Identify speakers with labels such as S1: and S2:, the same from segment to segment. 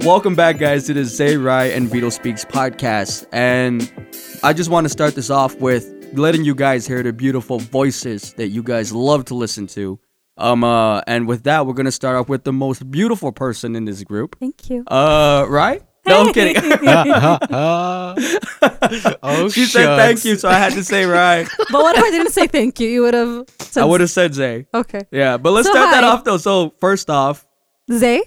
S1: Welcome back, guys, to the Zay Rai and Vito Speaks podcast. And I just want to start this off with letting you guys hear the beautiful voices that you guys love to listen to. Um, uh, and with that, we're going to start off with the most beautiful person in this group.
S2: Thank you.
S1: Uh, right? No, I'm kidding.
S3: oh,
S1: she said thank you, so I had to say right.
S2: but what if I didn't say thank you? You would have.
S1: I would have said Zay.
S2: Okay.
S1: Yeah, but let's
S2: So
S1: start that
S2: hi.
S1: off though. So first off,
S2: Zay?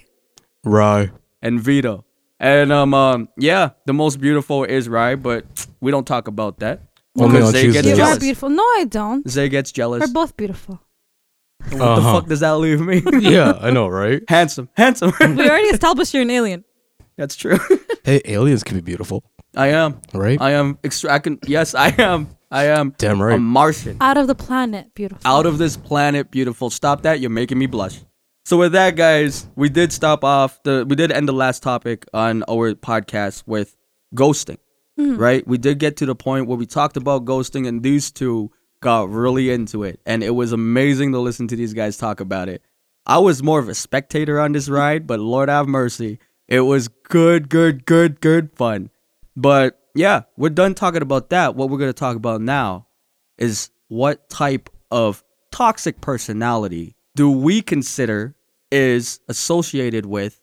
S3: Right.
S1: and Vito. And um, um yeah, the most beautiful is Rai, but we don't talk about that.
S3: Only on
S1: Zay gets
S3: Tuesdays.
S2: You
S1: jealous.
S2: are beautiful. No, I don't.
S1: Zay gets jealous.
S2: We're both beautiful.
S1: What
S3: Uh-huh.
S1: the fuck does that leave me?
S3: Yeah, I know, right?
S1: handsome, handsome.
S2: We already established you're an alien.
S1: That's true.
S3: Hey, aliens can be beautiful,
S1: I am.
S3: right?
S1: I am extra. I can. Yes, I am. I am.
S3: Damn
S1: A
S3: right.
S1: Martian.
S2: Out of the planet, beautiful.
S1: Out of this planet, beautiful. Stop that. You're making me blush. So with that, guys, we did stop off the. We did end the last topic on our podcast with ghosting. Right. We did get to the point where we talked about ghosting, and these two got really into it, and it was amazing to listen to these guys talk about it. I was more of a spectator on this ride, but Lord have mercy, it was good, good, good, good fun. But yeah, we're done talking about that. What we're gonna talk about now is what type of toxic personality do we consider is associated with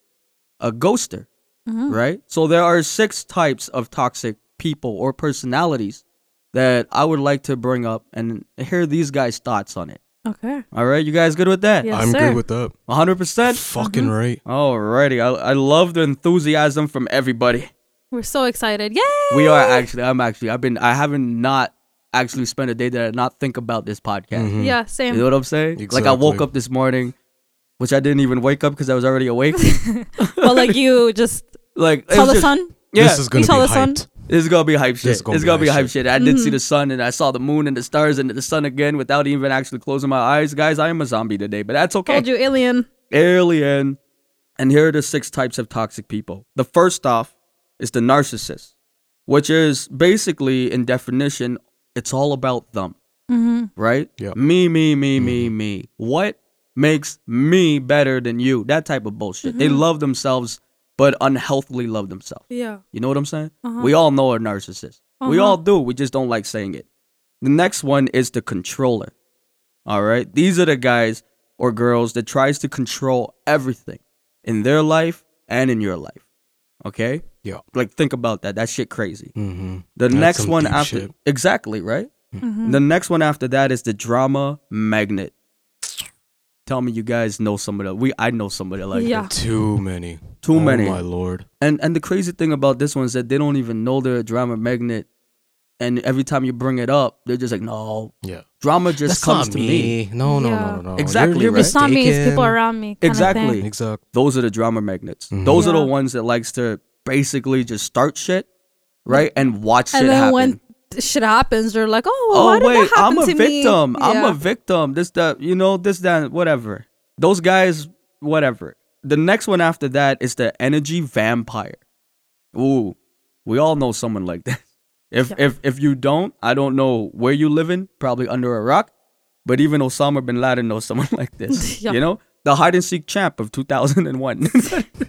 S1: a ghoster, right? So there are six types of toxic people or personalities that I would like to bring up and hear these guys' thoughts on it.
S2: Okay.
S1: All right, you guys good with that?
S2: Yes,
S3: I'm
S2: sir. Mm-hmm.
S3: good with
S1: 100%?
S3: that. Fucking right.
S1: Alrighty, I, I love the enthusiasm from everybody.
S2: We're so excited. Yay!
S1: We are actually, I'm actually, I've been, I haven't not actually spent a day that I did not think about this podcast.
S2: Yeah,
S1: You know
S2: same.
S1: what I'm saying? Like I woke
S3: Exactly.
S1: up this morning, which I didn't even wake up because I was already awake.
S2: but like you just
S1: like it
S2: saw
S1: was
S2: the
S1: just-
S2: sun.
S1: Yeah,
S3: This is gonna
S2: You saw
S3: be
S2: the sun?
S3: hyped.
S1: this is gonna be hype shit.
S3: This
S1: It's
S3: is gonna
S1: gonna,
S3: be
S1: be,
S3: hype
S1: hype shit. I did
S2: Mm-hmm.
S1: see the sun and I saw the moon and the stars and the sun again without even actually closing my eyes. Guys, I am a zombie today, but that's okay.
S2: Told you, alien.
S1: Alien. And here are the six types of toxic people. The first off is the narcissist, which is basically, in definition, it's all about them, right?
S3: Yeah.
S1: Me, me, me, me, me. What makes me better than you? That type of bullshit. They love themselves, but unhealthily love themselves.
S2: Yeah.
S1: You know what I'm saying? We all know a narcissist. We all do. We just don't like saying it. The next one is the controller. All right? These are the guys or girls that tries to control everything in their life and in your life. Okay?
S3: Yeah.
S1: Like think about that. That shit crazy.
S3: Mm-hmm.
S1: The
S3: That's
S1: next
S3: some
S1: one
S3: deep
S1: after
S3: shit. Mm.
S1: Exactly, right? The next one after that is the drama magnet. Tell me you guys know somebody. We I know somebody like that.
S2: Yeah.
S3: Too many.
S1: Too
S3: oh
S1: many.
S3: my lord.
S1: And and the crazy thing about this one is that they don't even know they're a drama magnet. And every time you bring it up, they're just like, no,
S3: Yeah.
S1: drama just comes to me.
S3: No, no,
S2: Yeah.
S3: no, no, no.
S1: Exactly,
S3: You're, you're
S1: right?
S2: It's not me, it's people
S3: mistaken.
S2: around me. kinda
S1: Exactly.
S2: thing.
S3: Exactly.
S1: Those are the drama magnets. Those are the
S2: Yeah.
S1: ones that likes to basically just start shit, right? And watch shit
S2: And then
S1: happen.
S2: when shit happens, they're like, oh, well, why
S1: oh
S2: did
S1: wait,
S2: that
S1: I'm
S2: happen
S1: a
S2: to me?
S1: victim. I'm
S2: Yeah.
S1: a victim. This that you know, this that whatever. Those guys, whatever. The next one after that is the energy vampire. Ooh, we all know someone like that. If
S2: Yeah.
S1: if if you don't, I don't know where you living. Probably under a rock. But even Osama bin Laden knows someone like this.
S2: Yeah.
S1: You know, the hide and seek champ of 2001.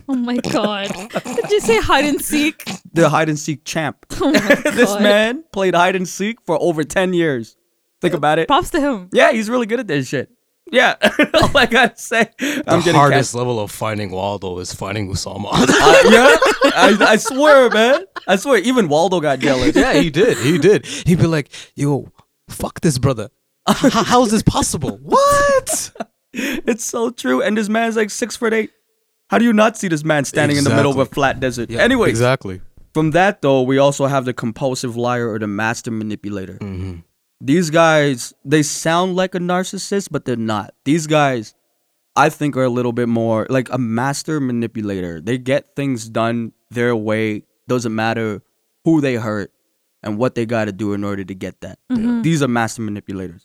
S2: Oh my god. Did you say hide and seek?
S1: the hide and seek champ.
S2: Oh my
S1: this
S2: god.
S1: man played hide and seek for over 10 years. Think
S2: Uh,
S1: about it.
S2: Props to him.
S1: Yeah, he's really good at this shit. Yeah, all I gotta say. I'm
S3: the
S1: getting
S3: hardest level of finding Waldo is finding Usama.
S1: Cat- uh, yeah, I, I swear, man. I swear, even Waldo got jealous.
S3: yeah, he did. He did. He'd be like, "Yo, fuck this, brother. H- how is this possible? What?"
S1: It's so true. And this man's like six foot eight. How do you not see this man standing in the middle of a
S3: Exactly.
S1: flat desert?
S3: Yeah,
S1: Anyways,
S3: exactly.
S1: from that though, we also have the compulsive liar or the master manipulator. These guys, they sound like a narcissist, but they're not. These guys, I think, are a little bit more like a master manipulator. They get things done their way. Doesn't matter who they hurt and what they got to do in order to get that. These are master manipulators,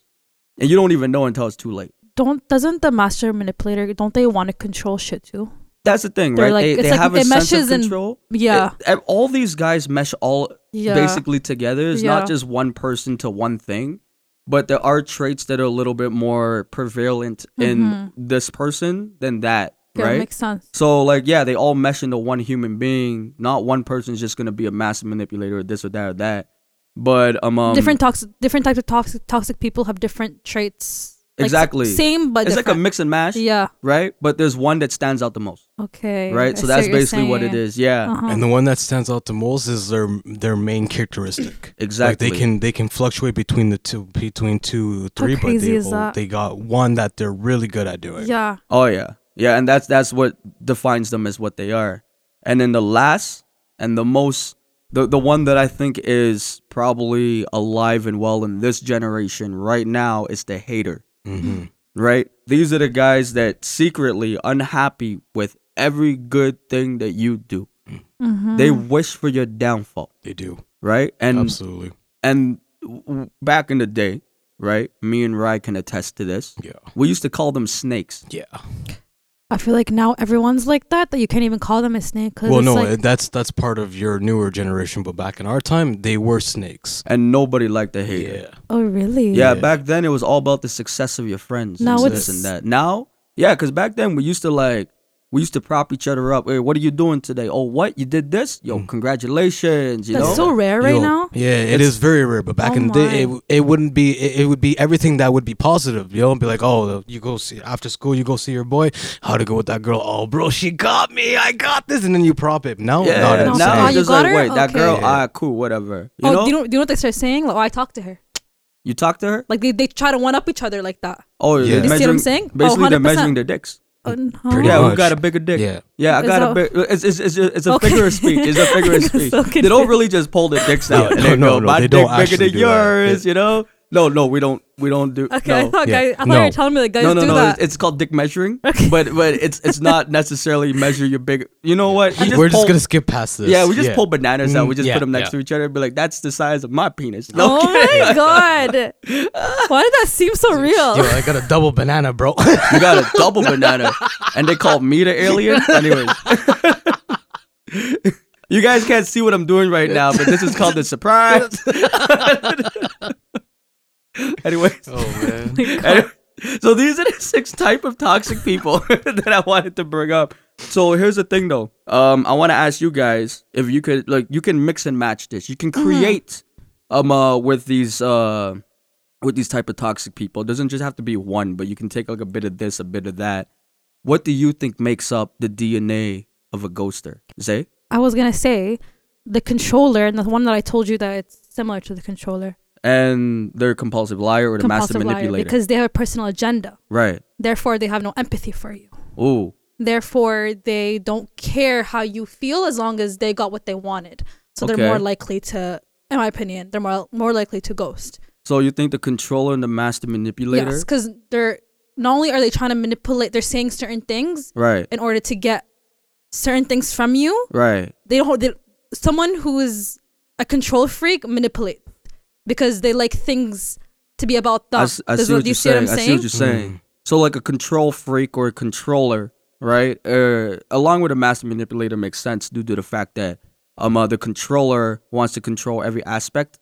S1: and you don't even know until it's too late.
S2: Don't doesn't the master manipulator don't they want to control shit too?
S1: That's the thing,
S2: They're
S1: right?
S2: like-
S1: they they
S2: it's like
S1: have a
S2: it
S1: sense of
S2: meshes in-
S1: control.
S2: yeah.
S1: It- and all these guys mesh all
S2: Yeah.
S1: basically together. It's
S2: Yeah.
S1: not just one person to one thing. but there are traits that are a little bit more prevalent in this person than that,
S2: Okay,
S1: right?
S2: Mm-hmm. makes sense.
S1: So like yeah, they all mesh into one human being. Not one person's just gonna be a massive manipulator or this or that or that. But um, um
S2: different toxic, different types of toxic toxic people have different traits. Like, s-
S1: Exactly.
S2: same, but
S1: it's like a
S2: uh, different.
S1: mix and mash,
S2: yeah.
S1: right? But there's one that stands out the most,
S2: Okay.
S1: right?
S2: I
S1: So
S2: see what
S1: that's
S2: you're
S1: basically what it
S2: saying.
S1: is. Yeah,
S2: Uh-huh.
S3: And the one that stands out the most is their their main characteristic.
S1: exactly.
S3: Like they can they can fluctuate between the two between two three, but
S2: crazy
S3: they,
S2: is that?
S3: they got one that they're really good at doing.
S2: yeah.
S1: Oh yeah, yeah, and that's that's what defines them as what they are. And then the last and the most, the the one that I think is probably alive and well in this generation right now is the hater.
S3: hmm
S1: Right? These are the guys that secretly unhappy with every good thing that you do.
S2: Mm-hmm.
S1: They wish for your downfall.
S3: They do
S1: Right? And
S3: absolutely.
S1: and w- w- back in the day, right? Me and Rai can attest to this.
S3: Yeah,
S1: We used to call them snakes.
S3: yeah.
S2: I feel like now everyone's like that. That you can't even call them a snake. 'cause
S3: Well,
S2: it's
S3: no,
S2: like,
S3: that's that's part of your newer generation. But back in our time, they were snakes.
S1: And nobody liked the hater.
S2: oh really?
S1: Yeah,
S3: Yeah.
S1: back then it was all about the success of your friends.
S2: Now
S1: and
S2: it's-
S1: this and that. Now, yeah, because back then we used to like we used to prop each other up. Hey, what are you doing today? Oh, what you did this? Yo, congratulations! You
S2: That's
S1: know,
S2: so rare right
S3: Yo,
S2: now.
S3: Yeah, it's,
S1: It's-
S3: very rare. But back
S2: Oh
S3: in the day,
S2: my.
S3: it, it wouldn't be. It, it would be everything that would be positive. You know, be like, oh, you go see after school, you go see your boy. How to go with that girl? Oh, bro, she got me. I got this, and then you prop it. No,
S1: yeah.
S3: not
S2: No,
S3: insane.
S1: now
S2: Oh,
S1: it's
S2: you
S1: just
S2: got
S1: like
S2: her?
S1: wait, that
S2: Okay.
S1: girl,
S3: Yeah.
S1: ah, cool, whatever. You
S2: oh,
S1: know,
S2: do
S1: you,
S2: you know? Do you know what they start saying? Like, oh, I talked to her.
S1: talk to her.
S2: Like they, they try to one up each other like that.
S1: Oh, they're
S3: You see what
S2: I'm
S1: measuring-
S2: saying? Oh,
S1: Basically, they're
S2: 100%.
S1: measuring their dicks.
S2: Oh, no.
S3: Pretty
S1: yeah,
S3: much.
S1: who got a bigger dick?
S3: Yeah.
S1: Yeah, I
S2: Is
S1: got a
S2: that-
S1: big. It's it's it's, it's a
S2: Okay.
S1: figure of speech. It's a figure
S2: I
S1: of
S2: got
S1: speech.
S2: so
S1: they don't really just pull their dicks out
S3: Yeah,
S1: and
S3: no,
S1: then
S3: no,
S1: go,
S3: no,
S1: "My
S3: they
S1: dick
S3: don't
S1: bigger
S3: actually
S1: than
S3: do that.
S1: yours," you know? No, no, we don't. We don't do.
S2: Okay,
S1: no.
S2: I thought,
S3: Yeah.
S2: guys, I thought you
S3: No.
S2: were telling me like guys
S1: no, no,
S2: do
S1: no.
S2: that.
S1: It's, it's called dick measuring, but but it's it's not necessarily measure your big. You know what? We
S3: We're just
S1: pull-
S3: gonna skip past this.
S1: Yeah, we just pull bananas out.
S3: Mm,
S1: We just
S3: yeah,
S1: put them next
S3: yeah.
S1: to each other and be like, "That's the size of my penis." No,
S2: Oh my god! Why did that seem so real?
S3: Yo, I got a double banana, bro. Oh,
S1: you got a double banana, and they called me the alien. Anyways, you guys can't see what I'm doing right now, but this is called the surprise. Anyways,
S3: oh man.
S1: Anyway, so these are the six type of toxic people that I wanted to bring up. So here's the thing though. Um, I want to ask you guys if you could like you can mix and match this. You
S2: Mm-hmm.
S1: can create um uh, with these uh with these type of toxic people. It doesn't just have to be one, but you can take like a bit of this, a bit of that. What do you think makes up the DNA of a ghoster? Zay?
S2: I was gonna say the controller and the one that I told you that it's similar to the controller,
S1: And they're a compulsive liar or the master
S2: compulsive liar,
S1: manipulator.
S2: because they have a personal agenda.
S1: right.
S2: Therefore, they have no empathy for you.
S1: Ooh.
S2: Therefore, they don't care how you feel as long as they got what they wanted. So
S1: Okay.
S2: they're more likely to, in my opinion, they're more more likely to ghost.
S1: So you think the controller and the master manipulator?
S2: Yes, because they're not only are they trying to manipulate, they're saying certain things
S1: Right.
S2: in order to get certain things from you.
S1: Right.
S2: they don't they, someone who is a control freak manipulate because they like things to be about them.
S1: I, s- I
S2: Does-
S1: see what
S2: do
S1: you're
S2: you see what
S1: saying.
S2: I'm
S1: I see what
S2: saying?
S1: you're saying. So like a control freak or a controller, right? Uh, along with a master manipulator makes sense due to the fact that um uh, the controller wants to control every aspect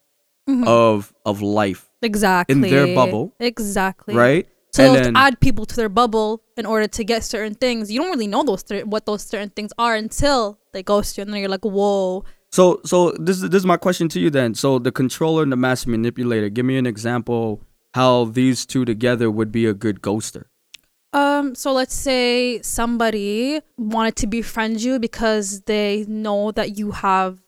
S2: Mm-hmm.
S1: of of life,
S2: Exactly.
S1: bubble.
S2: Exactly.
S1: right?
S2: So
S1: and
S2: they'll
S1: then
S2: add people to their bubble in order to get certain things. You don't really know those cer- what those certain things are until they ghost you, and then you're like, "Whoa!"
S1: so so this is this is my question to you then. So the controller and the master manipulator, give me an example how these two together would be a good ghoster.
S2: Um. So let's say somebody wanted to befriend you because they know that you have,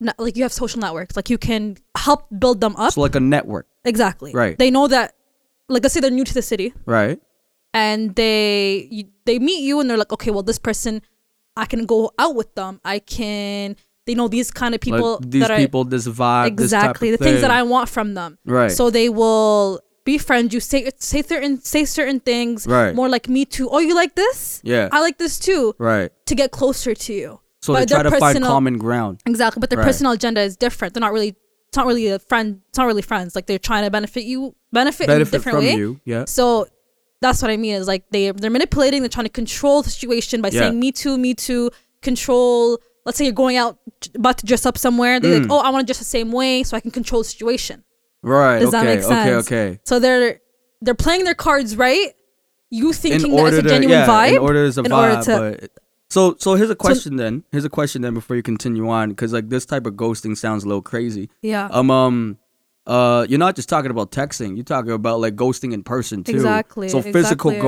S2: ne- like, you have social networks. Like, you can help build them up.
S1: So like a network,
S2: Exactly.
S1: Right.
S2: They know that, like, let's say they're new to the city
S1: right?
S2: and they you, they meet you and they're like, okay, well, this person, I can go out with them. I can. They know these kind of
S1: Like,
S2: people
S1: these
S2: that are
S1: people, this vibe,
S2: exactly
S1: this type of
S2: the things that
S1: thing.
S2: I want from them.
S1: Right.
S2: So they will befriend you, say say certain say certain things.
S1: Right.
S2: More like me too. Oh, you like this?
S1: Yeah.
S2: I like this too.
S1: right.
S2: To get closer to you.
S1: So
S2: But
S1: they try
S2: their
S1: to find
S2: personal-
S1: common ground.
S2: Exactly, but their
S1: Right.
S2: personal agenda is different. They're not really, it's not really a friend. It's not really friends. Like they're trying to benefit you, benefit, in a
S1: benefit
S2: different
S1: from
S2: way.
S1: you. Yeah.
S2: So that's what I mean is like they they're manipulating. They're trying to control the situation by
S1: Yeah.
S2: saying me too, me too. Control.
S1: Mm.
S2: Let's say you're going out, about to dress up somewhere. They're like, oh, I want to dress the same way so I can control the situation.
S1: Right.
S2: Does
S1: okay.
S2: that make sense?
S1: Okay. Okay.
S2: So they're they're playing their cards right. You thinking that it's a
S1: to-
S2: genuine vibe?
S1: In order is a
S2: in order
S1: vibe.
S2: to-
S1: but so so here's a question then. Here's a question then before you continue on because like this type of ghosting sounds a little crazy.
S2: Yeah.
S1: Um um. Uh, you're not just talking about texting. You're talking about like ghosting in person too.
S2: Exactly,
S1: So physical
S2: exactly. Mm-hmm.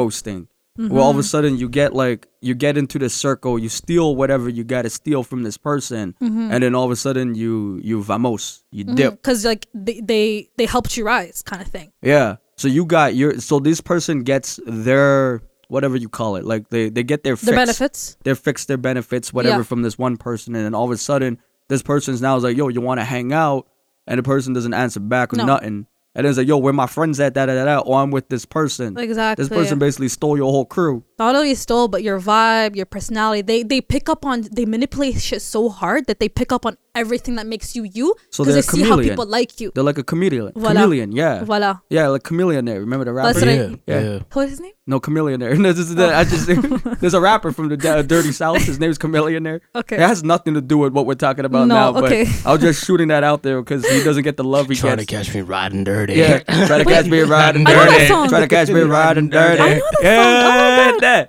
S1: ghosting, where all of a sudden you get like you get into this circle, you steal whatever you got to steal from this person,
S2: Mm-hmm.
S1: and then all of a sudden you you vamos, you dip.
S2: because Mm, like they, they they helped you rise kind of thing
S1: Yeah. So you got your so this person gets their whatever you call it, like they they get their
S2: their
S1: fix.
S2: benefits
S1: They fix their benefits, whatever,
S2: Yeah.
S1: from this one person, and then all of a sudden this person's now is like, yo, you want to hang out, and the person doesn't answer back or
S2: No.
S1: nothing, and then it's like, yo, where my friends at, da da da da, or I'm with this person.
S2: Exactly.
S1: This person basically stole your whole crew.
S2: not only stole but your vibe your personality they they pick up on they manipulate shit so hard that they pick up on everything that makes you you
S1: So
S2: because
S1: they're
S2: they
S1: a
S2: see how
S1: chameleon.
S2: people like you
S1: They're like a chameleon.
S2: Voila.
S1: Chameleon, yeah.
S2: Voila.
S1: Yeah, like chameleon. There, remember the rapper?
S2: That's what I-
S3: yeah,
S1: Yeah.
S3: yeah.
S2: what's his name
S1: No, Chameleonaire. No, this is the,
S2: Oh.
S1: I just there's a rapper from the da- Dirty South. His name's Chameleonaire.
S2: Okay.
S1: it has nothing to do with what we're talking about
S2: No,
S1: now. But
S2: okay.
S1: I was just shooting that out there because he doesn't get the love he
S3: Trying to
S1: gets.
S3: catch me riding dirty.
S1: yeah, try to catch me riding
S2: I know that
S1: dirty.
S2: song.
S1: Try to catch me riding dirty.
S3: I know
S2: that
S1: yeah,
S2: song. Oh my God.
S1: that.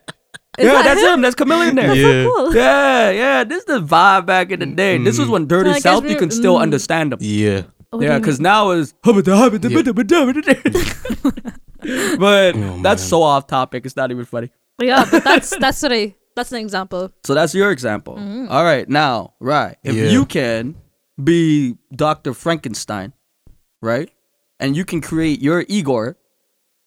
S2: Is
S1: yeah,
S2: that
S1: that's
S2: him?
S1: him. That's Chameleonaire.
S3: Yeah. Mm.
S2: so cool
S1: yeah, yeah. This is the vibe back in the day. This is when Dirty
S2: Tryna catch
S1: South
S2: me-
S1: you can still
S2: mm. Oh,
S1: understand him.
S3: Yeah.
S2: What do
S1: Yeah,
S2: you
S1: because
S2: mean?
S1: now is but that's so off topic. It's not even funny.
S2: yeah but that's that's what i that's an example
S1: So that's your example. All right, now, right. If
S3: Yeah.
S1: you can be Dr. Frankenstein, right? And you can create your Igor,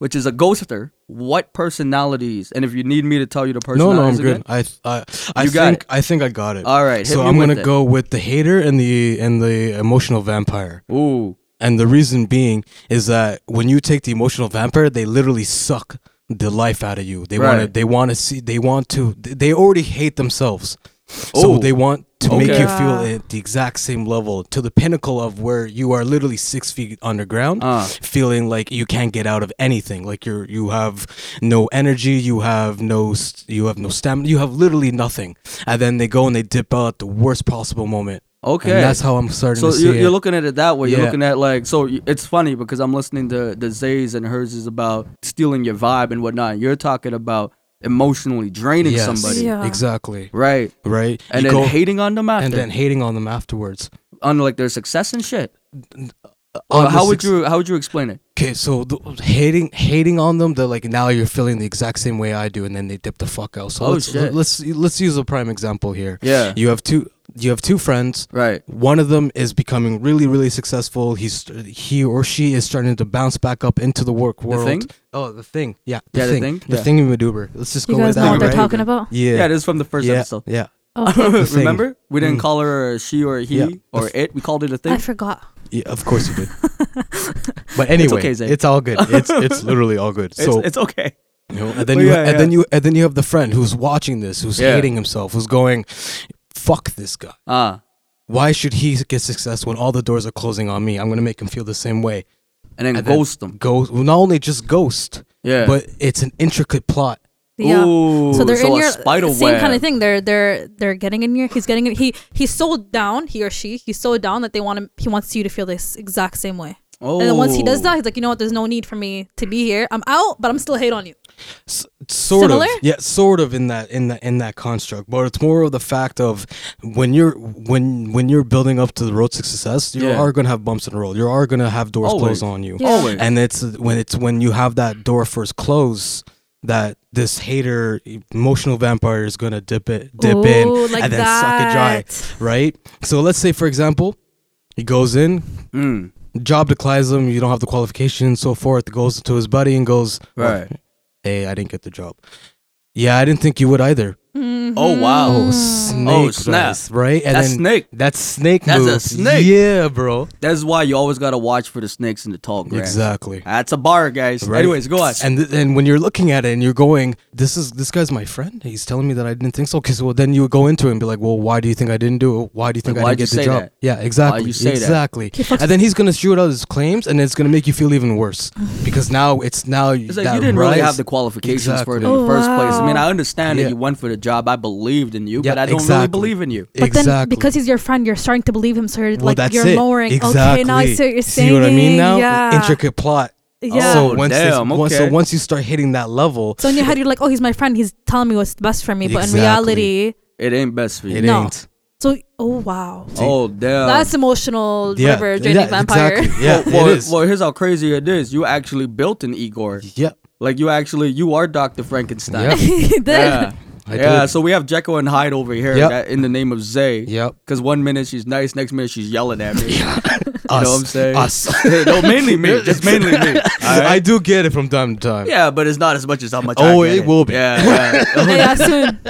S1: which is a ghoster, what personalities? And if you need me to tell you the
S3: No, no, I'm
S1: personalities
S3: good.
S1: again-
S3: I, th- I, I
S1: You got
S3: think
S1: it.
S3: I think I got it.
S1: All right, hit
S3: So
S1: me
S3: I'm
S1: with
S3: gonna
S1: it.
S3: go with the hater and the and the emotional vampire.
S1: Ooh.
S3: And the reason being is that when you take the emotional vampire, they literally suck the life out of you. They want
S1: Right.
S3: to. They want to see. They want to. They already hate themselves, so
S1: Oh.
S3: they want to make
S1: Okay.
S3: you feel at the exact same level to the pinnacle of where you are literally six feet underground,
S1: Uh.
S3: feeling like you can't get out of anything. Like you're you have no energy. You have no s- you have no stamina. You have literally nothing. And then they go and they dip out at the worst possible moment.
S1: Okay.
S3: and that's how I'm starting
S1: So
S3: to see
S1: you're,
S3: it.
S1: you're looking at it that way. You're
S3: Yeah.
S1: looking at like so. y- It's funny because I'm listening to the Zays and hers is about stealing your vibe and whatnot. You're talking about emotionally draining
S3: Yes,
S1: somebody,
S2: Yeah.
S3: Exactly.
S1: right?
S3: Right.
S1: And
S3: You
S1: then
S3: go-
S1: hating on them after,
S3: and then hating on them afterwards.
S1: on like their success and shit.
S3: On
S1: Uh,
S3: the
S1: how would
S3: six-
S1: you how would you explain it?
S3: Okay, so the, hating hating on them, they're like now you're feeling the exact same way I do, and then they dip the fuck out. So
S1: Oh,
S3: let's
S1: shit.
S3: let's let's use a prime example here.
S1: Yeah.
S3: you have two you have two friends.
S1: Right.
S3: One of them is becoming really really successful. He's he or she is starting to bounce back up into the work world.
S1: Thing?
S3: Oh, the thing. Yeah.
S1: Yeah, The
S3: thing.
S1: Thing,
S3: The
S1: yeah.
S3: thing in Maduber. Let's just
S2: you
S3: go
S2: guys
S3: with
S2: know
S3: that.
S2: what they're
S3: right?
S2: talking about
S3: Yeah.
S1: Yeah, this is from the first
S3: yeah,
S1: episode.
S3: Yeah.
S2: okay.
S3: thing.
S1: Remember, we didn't call her a she or a he
S3: Yeah.
S1: or it. We called it a thing.
S2: i forgot
S3: Yeah, of course you did. but anyway,
S1: okay,
S3: it's,
S1: Zay.
S3: all good. It's it's literally all good.
S1: It's,
S3: So
S1: it's okay.
S3: you know, and then
S1: Well,
S3: you
S1: yeah,
S3: and
S1: yeah.
S3: then you and then you have the friend who's watching this, who's
S1: Yeah.
S3: hating himself, who's going, "Fuck this guy.
S1: Ah,
S3: Why should he get success when all the doors are closing on me? I'm gonna make him feel the same way."
S1: and then
S3: And then
S1: ghost them.
S3: Go well, not only just ghost,
S1: Yeah.
S3: but it's an intricate plot.
S2: Yeah.
S1: Ooh,
S2: so they're
S1: so
S2: in
S1: a
S2: your
S1: spider
S2: same kind
S1: web.
S2: of thing. They're they're they're getting in your. He's getting in. He he's so down. He or she he's so down that they want him. He wants you to feel this exact same way.
S1: Oh,
S2: And then once he does that, he's like, you know what? There's no need for me to be here. I'm out, but I'm still hate on you.
S3: S- sort
S2: Similar?
S3: of, yeah, sort of in that in that in that construct, but it's more of the fact of when you're when when you're building up to the road to success, you
S1: Yeah.
S3: are gonna have bumps in the road. You are gonna have doors
S1: Always.
S3: closed on you.
S2: Yeah.
S1: always.
S3: and it's when it's when you have that door first close that this hater emotional vampire is gonna dip it dip
S2: Ooh,
S3: in
S2: like
S3: and then
S2: that.
S3: suck it dry right so let's say for example he goes in
S1: Mm,
S3: job declines him you don't have the qualifications so forth goes to his buddy and goes "Oh,
S1: right.
S3: hey i didn't get the job yeah i didn't think you would either
S2: Mm-hmm.
S1: Oh wow.
S3: oh snake
S1: Oh, snap.
S3: rice, right and
S1: That's snake.
S3: that's snake
S1: That's a
S3: move.
S1: snake.
S3: yeah bro
S1: That's why you always gotta watch for the snakes in the tall grass.
S3: exactly
S1: That's a bar, guys.
S3: Right.
S1: Anyways, go on.
S3: And th- and when you're looking at it and you're going, this is this guy's my friend. He's telling me that I didn't think so. Because well, then you would go into it and be like, well, why do you think I didn't do it? Why do you think
S1: Like,
S3: I
S1: why'd
S3: didn't get
S1: you
S3: the
S1: say
S3: job?
S1: that?
S3: Yeah, exactly.
S1: you say that?
S3: exactly. And then he's gonna shoot out his claims, and it's gonna make you feel even worse because now it's now
S1: It's like you didn't really have the qualifications for it in
S2: Exactly.
S1: the
S2: Oh,
S1: first place. I mean,
S2: wow.
S1: I understand
S3: Yeah.
S1: that you went for the job. I believed in you,
S3: Yeah,
S1: but I don't
S3: exactly.
S1: really believe in you.
S2: But
S3: exactly.
S2: then because he's your friend, you're starting to believe him. So you're
S3: well,
S2: like
S3: that's
S2: you're
S3: it.
S2: lowering.
S3: Exactly.
S2: Okay, now I see what you're saying.
S3: See what I mean now?
S2: Yeah.
S3: Intricate Oh. plot.
S2: Yeah.
S3: So once, this-
S1: Oh, damn,
S3: once- so
S1: okay.
S3: once you start hitting that level,
S2: So in your head, you're like, oh, he's my friend. He's telling me what's best for me. But in
S3: Exactly.
S2: reality,
S1: It ain't best for you.
S3: it
S2: No.
S3: ain't.
S2: so oh wow,
S1: Oh damn.
S2: that's emotional
S3: Yeah,
S2: river
S3: yeah,
S2: draining vampire.
S3: Exactly. Yeah,
S1: well,
S3: it is.
S1: well, here's how crazy it is. You actually built an Igor.
S3: yeah,
S1: Like you actually, you are Doctor Frankenstein.
S3: yeah,
S2: He did.
S1: Yeah.
S3: I
S1: Yeah,
S3: did.
S1: so we have Jekyll and Hyde over here
S3: Yep.
S1: that, in the name of Zay.
S3: Yep.
S1: Because one minute she's nice, next minute she's yelling at me.
S3: us,
S1: know what I'm saying?
S3: us.
S1: no, mainly me. Just mainly me. all
S3: I
S1: right?
S3: do get it from time to time.
S1: yeah, but it's not as much as how much
S3: Oh,
S1: I get
S3: it will be.
S1: Yeah, yeah.
S2: oh,
S1: Oh,
S2: yeah, soon.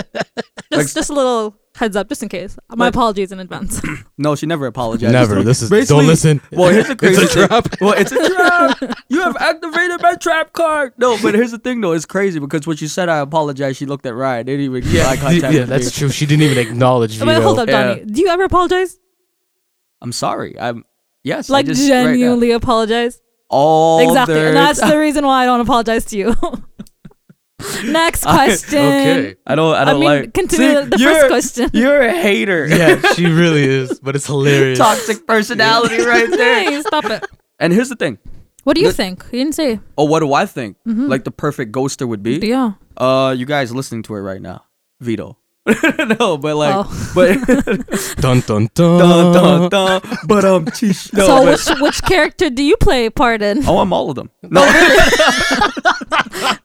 S2: Just, just a little heads up, just in case. My apologies in advance.
S1: No, she never apologized.
S3: Never. This is- don't
S1: Basically-
S3: listen.
S1: Well, here's the
S3: It's a
S1: crazy thing.
S3: trap.
S1: Well, it's a trap. You have activated my trap card. No, but here's the thing though. It's crazy because when she said I apologize, she looked at Ryan. They didn't even yeah, eye
S3: Yeah,
S1: contact.
S3: yeah,
S1: with
S3: that's
S1: me.
S3: true. She didn't even acknowledge Vito.
S2: but hold up,
S1: Yeah.
S2: Johnny. Do you ever apologize?
S1: I'm sorry. I'm yes. I
S2: Like
S1: just- right now.
S2: genuinely apologize?
S1: all
S2: exactly.
S1: their
S2: And that's the reason why I don't apologize to you. Next question.
S3: okay.
S1: I don't. I
S2: I
S1: don't
S2: mean,
S1: like.
S2: continue the- the first
S1: you're-
S2: question.
S1: You're a hater.
S3: yeah, she really is. But it's hilarious.
S1: Toxic personality right there.
S2: Hey, stop it.
S1: And here's the thing.
S2: What do you
S1: The-
S2: think? You didn't say.
S1: Oh, what do I think?
S2: Mm-hmm.
S1: Like the perfect ghoster would be.
S2: Yeah.
S1: Uh, you guys listening to it right now, Vito. no, but like,
S2: Oh.
S1: but
S3: Dun dun dun.
S1: dun, dun, dun, but um, sheesh. no,
S2: Uh-huh.
S1: but Oh.
S2: so which which character do you play part in?
S1: I want all of them.
S2: Oh,
S1: No,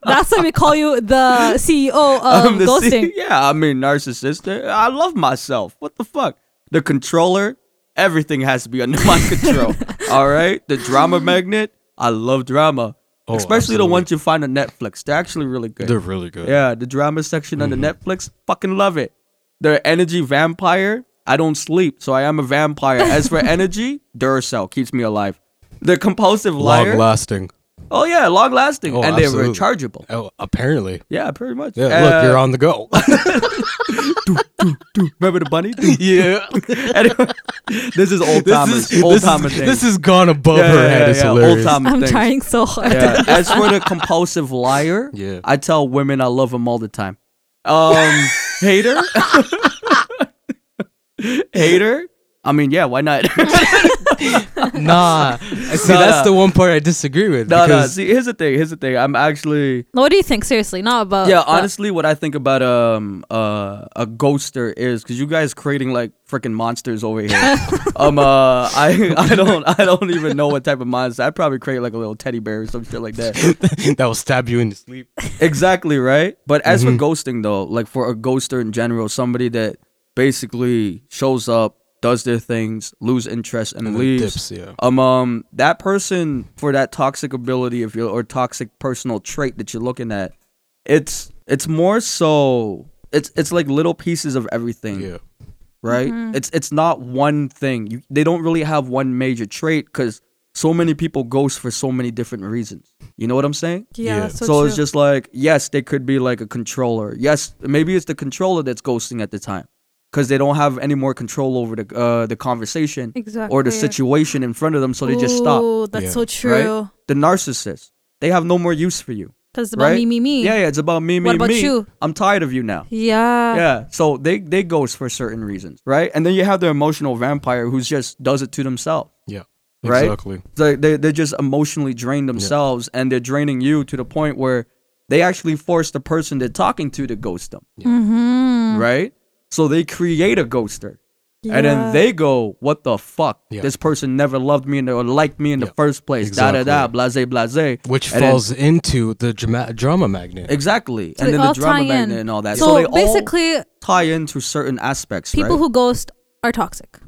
S2: That's why we call you the CEO of
S1: I'm the C- E
S2: ghosting.
S1: yeah, I mean narcissist. I love myself. What the fuck? The controller. Everything has to be under my control. all right. The drama magnet. I love drama,
S3: Oh,
S1: especially the
S3: absolutely.
S1: ones you find on Netflix. They're actually really good.
S3: They're really good.
S1: Yeah, the drama section on the
S3: Mm-hmm.
S1: Netflix, fucking love it. The energy vampire, I don't sleep, so I am a vampire. As for energy, Duracell keeps me alive. The compulsive liar,
S3: Long lasting.
S1: oh yeah, long lasting,
S3: Oh,
S1: and
S3: absolutely.
S1: they're rechargeable.
S3: Oh, apparently.
S1: Yeah, pretty much.
S3: Yeah. look, you're
S1: Uh,
S3: on the go.
S1: Remember the bunny?
S3: yeah.
S1: Anyway, this is old timers.
S3: This is
S1: Old
S3: this,
S1: timer
S3: is
S1: thing.
S3: this has gone above
S1: yeah,
S3: her
S1: yeah,
S3: head.
S1: yeah,
S3: it's
S1: yeah,
S3: hilarious.
S1: Old timer
S2: I'm
S1: things.
S2: trying so hard.
S1: Yeah. As for the compulsive liar,
S3: Yeah.
S1: I tell women I love them all the time. Um, hater, hater. I mean, yeah, why not?
S3: Nah. See,
S1: No,
S3: that's
S1: no.
S3: the one part I disagree with.
S1: no, no.
S3: because
S1: See, here's the thing. Here's the thing. I'm actually,
S2: No, What do you think? Seriously, not about.
S1: yeah,
S2: that.
S1: honestly, what I think about um uh a ghoster is because you guys creating like freaking monsters over here. um, uh, I I don't I don't even know what type of monster. I probably create like a little teddy bear or some shit like that.
S3: that will stab you in the sleep.
S1: exactly right. But as
S3: Mm-hmm.
S1: for ghosting though, like for a ghoster in general, somebody that basically shows up, does their things, lose interest, and,
S3: then
S1: leaves.
S3: dips, yeah.
S1: Um, um, that person for that toxic ability of your or toxic personal trait that you're looking at, it's it's more so it's it's like little pieces of everything
S3: Yeah.
S1: right? It's it's not one thing. You, they don't really have one major trait because so many people ghost for so many different reasons. You know what I'm saying?
S2: Yeah,
S3: Yeah.
S2: that's So,
S1: So, it's
S2: true.
S1: just like yes, they could be like a controller. Yes, maybe it's the controller that's ghosting at the time because they don't have any more control over the uh, the conversation or
S2: Exactly.
S1: the situation in front of them, so they just stop.
S2: Ooh, that's
S3: Yeah.
S2: so
S3: Right?
S2: true.
S1: Right? The narcissist, they have no more use for you.
S2: Because about
S1: right?
S2: me, me, me.
S1: Yeah, yeah, it's about me, me,
S2: What about
S1: me.
S2: you?
S1: I'm tired of you now.
S2: Yeah.
S1: Yeah, so they they ghost for certain reasons, right? And then you have the emotional vampire who's just does it to themselves,
S3: Yeah.
S1: right?
S3: Exactly.
S1: They they they just emotionally drain themselves, and they're draining you to the point where they actually force the person they're talking to to ghost them,
S2: Mm-hmm.
S1: right? So they create a ghoster, and
S2: Yeah.
S1: then they go, "What the fuck?
S3: Yeah.
S1: This person never loved me and or liked me in the
S3: Yeah,
S1: first place." Da da da, blase
S3: exactly.
S1: blase.
S3: Which
S1: And then-
S3: falls into the drama, drama magnet.
S1: exactly,
S2: So
S1: and
S2: they
S1: then
S2: all
S1: the
S2: tie
S1: drama
S2: in.
S1: magnet and all that.
S2: So,
S1: So, they all
S2: basically,
S1: tie into certain aspects.
S2: people
S1: right?
S2: who ghost are toxic.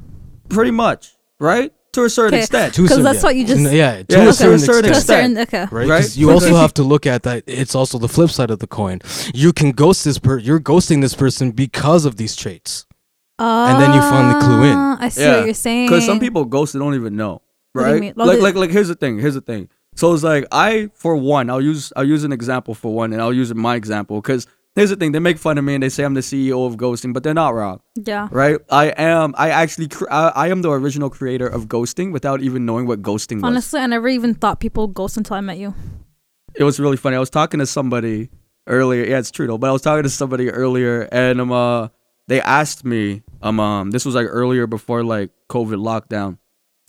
S1: pretty much, right? To a certain
S2: 'Kay.
S1: extent.
S3: To a
S2: 'Cause
S3: certain-
S2: that's what you just-
S3: yeah, to
S1: Yeah,
S3: a
S1: to a
S3: certain
S1: certain
S3: extent.
S2: To a
S1: extent.
S2: certain, okay.
S3: right?
S1: Right?
S3: 'Cause You
S1: But
S3: also
S1: then-
S3: have to look at that. It's also the flip side of the coin. You can ghost this per. You're ghosting this person because of these traits. And then you finally clue in.
S2: Ah, I see what you're saying.
S1: Because some people ghost and don't even know,
S2: What do you
S1: right?
S2: mean? Well,
S1: Like,
S2: the-
S1: like, like. Here's the thing. Here's the thing. So it's like I, for one, I'll use I'll use an example for one, and I'll use my example because here's the thing. They make fun of me and they say I'm the CEO of ghosting, but they're not wrong,
S2: Yeah.
S1: right? I am. I actually. Cr- I, I am the original creator of ghosting without even knowing what ghosting was.
S2: Honestly, I never even thought people ghost until I met you.
S1: it was really funny. I was talking to somebody earlier. Yeah, it's true though. But I was talking to somebody earlier, and um, uh, they asked me, um, um, this was like earlier before like COVID lockdown.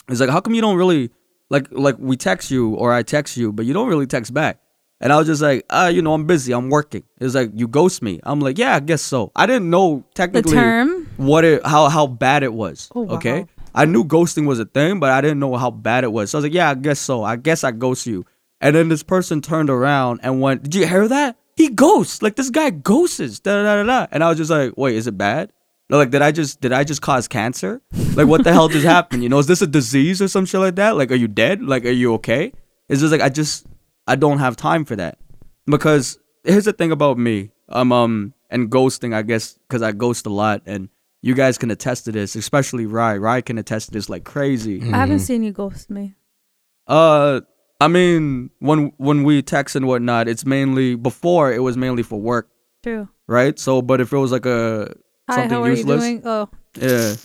S1: It's like, how come you don't really like like we text you or I text you, but you don't really text back? And I was just like, ah, you know, I'm busy, I'm working. It's like you ghost me. I'm like, yeah, I guess so. I didn't know
S2: The
S1: technically
S2: term.
S1: what it how how bad it was.
S2: Oh, wow.
S1: Okay. I knew ghosting was a thing, but I didn't know how bad it was. So I was like, yeah, I guess so. I guess I ghost you. And then this person turned around and went, Did you hear that? He ghosts. Like this guy ghosts. Da da da da. da." And I was just like, wait, is it bad? No, Like, did I just did I just cause cancer? Like what the hell just happened? You know, is this a disease or some shit like that? Like, are you dead? Like, are you okay? It's just like I just I don't have time for that. Because here's the thing about me. Um um and ghosting, I guess, because I ghost a lot and you guys can attest to this, especially Rye. Rye can attest to this like crazy.
S3: Mm-hmm.
S2: I haven't seen you ghost me.
S1: Uh, I mean, when when we text and whatnot, it's mainly before it was mainly for work,
S2: True.
S1: right? So, but if it was like a
S2: Hi,
S1: something
S2: how are
S1: useless,
S2: you doing? Oh,
S1: yeah.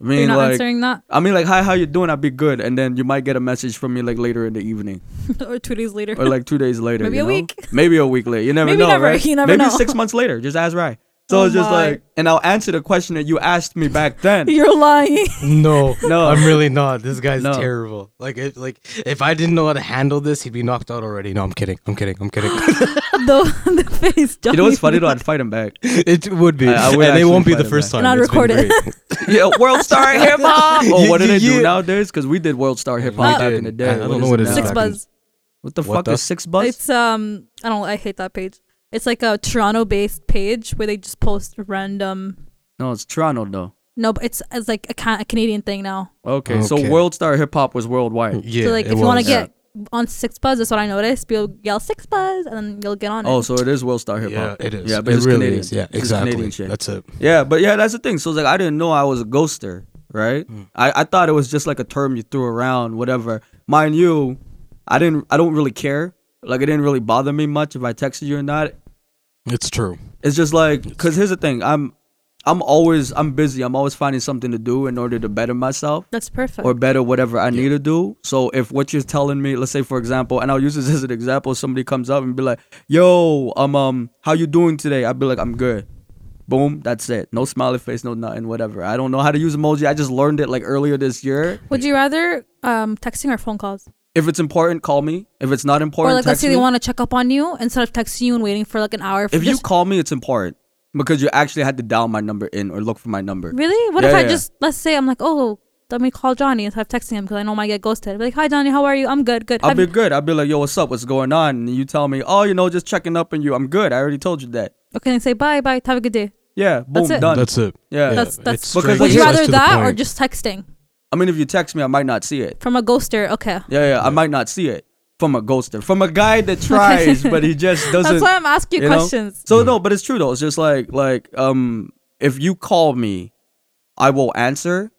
S1: I
S2: you're
S1: mean,
S2: not
S1: like,
S2: answering that.
S1: I mean, like, hi, how you doing? I'd be good, and then you might get a message from me like later in the evening,
S2: or two days later.
S1: or like two days later,
S2: Maybe
S1: you
S2: a
S1: know?
S2: week.
S1: maybe a week later. You never
S2: Maybe
S1: know,
S2: never.
S1: right?
S2: You never
S1: maybe
S2: know.
S1: six months later. Just ask Rye. So
S2: Oh
S1: it's just
S2: my.
S1: like, and I'll answer the question that you asked me back then.
S2: You're lying.
S3: No,
S1: No.
S3: no, I'm really not. This guy's
S1: No.
S3: terrible. Like, if, like if I didn't know how to handle this, he'd be knocked out already. No, I'm kidding. I'm kidding. I'm kidding.
S2: the, the face.
S1: You know what's funny though? I'd fight him back.
S3: it would be,
S1: I- I would
S3: and it
S1: actually
S3: won't be the
S1: fight him
S3: first
S1: back.
S3: time.
S2: Not
S3: It's been
S2: recorded.
S3: great.
S1: yeah, World Star Hip Hop. Oh,
S3: You-
S1: what do they
S3: you-
S1: do
S3: you-
S1: nowadays? Because we did World Star Hip Hop
S2: We
S1: back
S3: did.
S1: in the day.
S3: I- I don't know what it is
S1: now?
S3: Nah.
S2: Six buzz.
S1: What the
S3: What
S1: fuck
S3: the-
S1: is six buzz?
S2: It's um I don't I hate that page. It's like a Toronto based page where they just post random
S1: no, it's Toronto though.
S2: no, but it's it's like a, Ca- a Canadian thing now.
S1: Okay, so
S3: Okay.
S1: World Star Hip Hop was worldwide.
S3: Yeah,
S2: so like
S3: it
S2: if you want to
S3: was.
S2: get on Six Buzz, that's what I noticed. You'll yell Six Buzz and then you'll get on it.
S1: Oh, so it is World Star Hip
S3: yeah,
S1: Hop.
S3: it is.
S1: Yeah, but
S3: it
S1: it's
S3: really
S1: Canadian.
S3: is. Yeah,
S1: It's just
S3: exactly.
S1: Canadian shit.
S3: That's it.
S1: Yeah, but yeah, that's the thing. So it's like I didn't know I was a ghoster, right? I, I thought it was just like a term you threw around, whatever. Mind you, I didn't. I don't really care. Like it didn't really bother me much if I texted you or not.
S3: It's true.
S1: It's just like because here's the thing. I'm I'm always I'm busy. I'm always finding something to do in order to better myself.
S2: that's perfect.
S1: or better whatever I need to do. So if what you're telling me, let's say for example, and I'll use this as an example, somebody comes up and be like, "Yo, um, um, how you doing today?" I'd be like, "I'm good." Boom, that's it. No smiley face, no nothing, whatever. I don't know how to use emoji. I just learned it like earlier this year.
S2: Would you rather um texting or phone calls?
S1: If it's important, call me. If it's not
S2: Or
S1: important,
S2: like let's
S1: text
S2: say
S1: me.
S2: they want to check up on you instead of texting you and waiting for like an hour.
S1: if you
S2: just,
S1: call me, it's important because you actually had to dial my number in or look for my number.
S2: really, what if
S1: Yeah,
S2: I
S1: yeah.
S2: just let's say I'm like oh. Let me call Johnny instead of texting him because I know I might get ghosted. I'd be like, "Hi, Johnny, how are you? I'm good, good."
S1: I'll
S2: Have
S1: be
S2: you-
S1: good. I'll be like, "Yo, what's up? What's going on?" And you tell me, "Oh, you know, just checking up on you. I'm good. I already told you that."
S2: okay, then say bye, bye. Have a good day.
S1: Yeah, boom,
S2: That's it.
S1: done.
S3: That's it.
S1: Yeah.
S2: That's- that's-
S3: it's
S1: Because
S3: straight-
S2: Would you
S1: Yes,
S3: it's
S2: rather
S3: to the
S2: that or
S3: point.
S2: just texting
S1: I mean, if you text me, I might not see it.
S2: from a ghoster? Okay.
S1: Yeah, yeah, I might not see it from a ghoster, from a guy that tries, but he just doesn't.
S2: That's why I'm asking you
S1: you know?
S2: questions.
S1: So no, but it's true though. It's just like like um, if you call me, I will answer,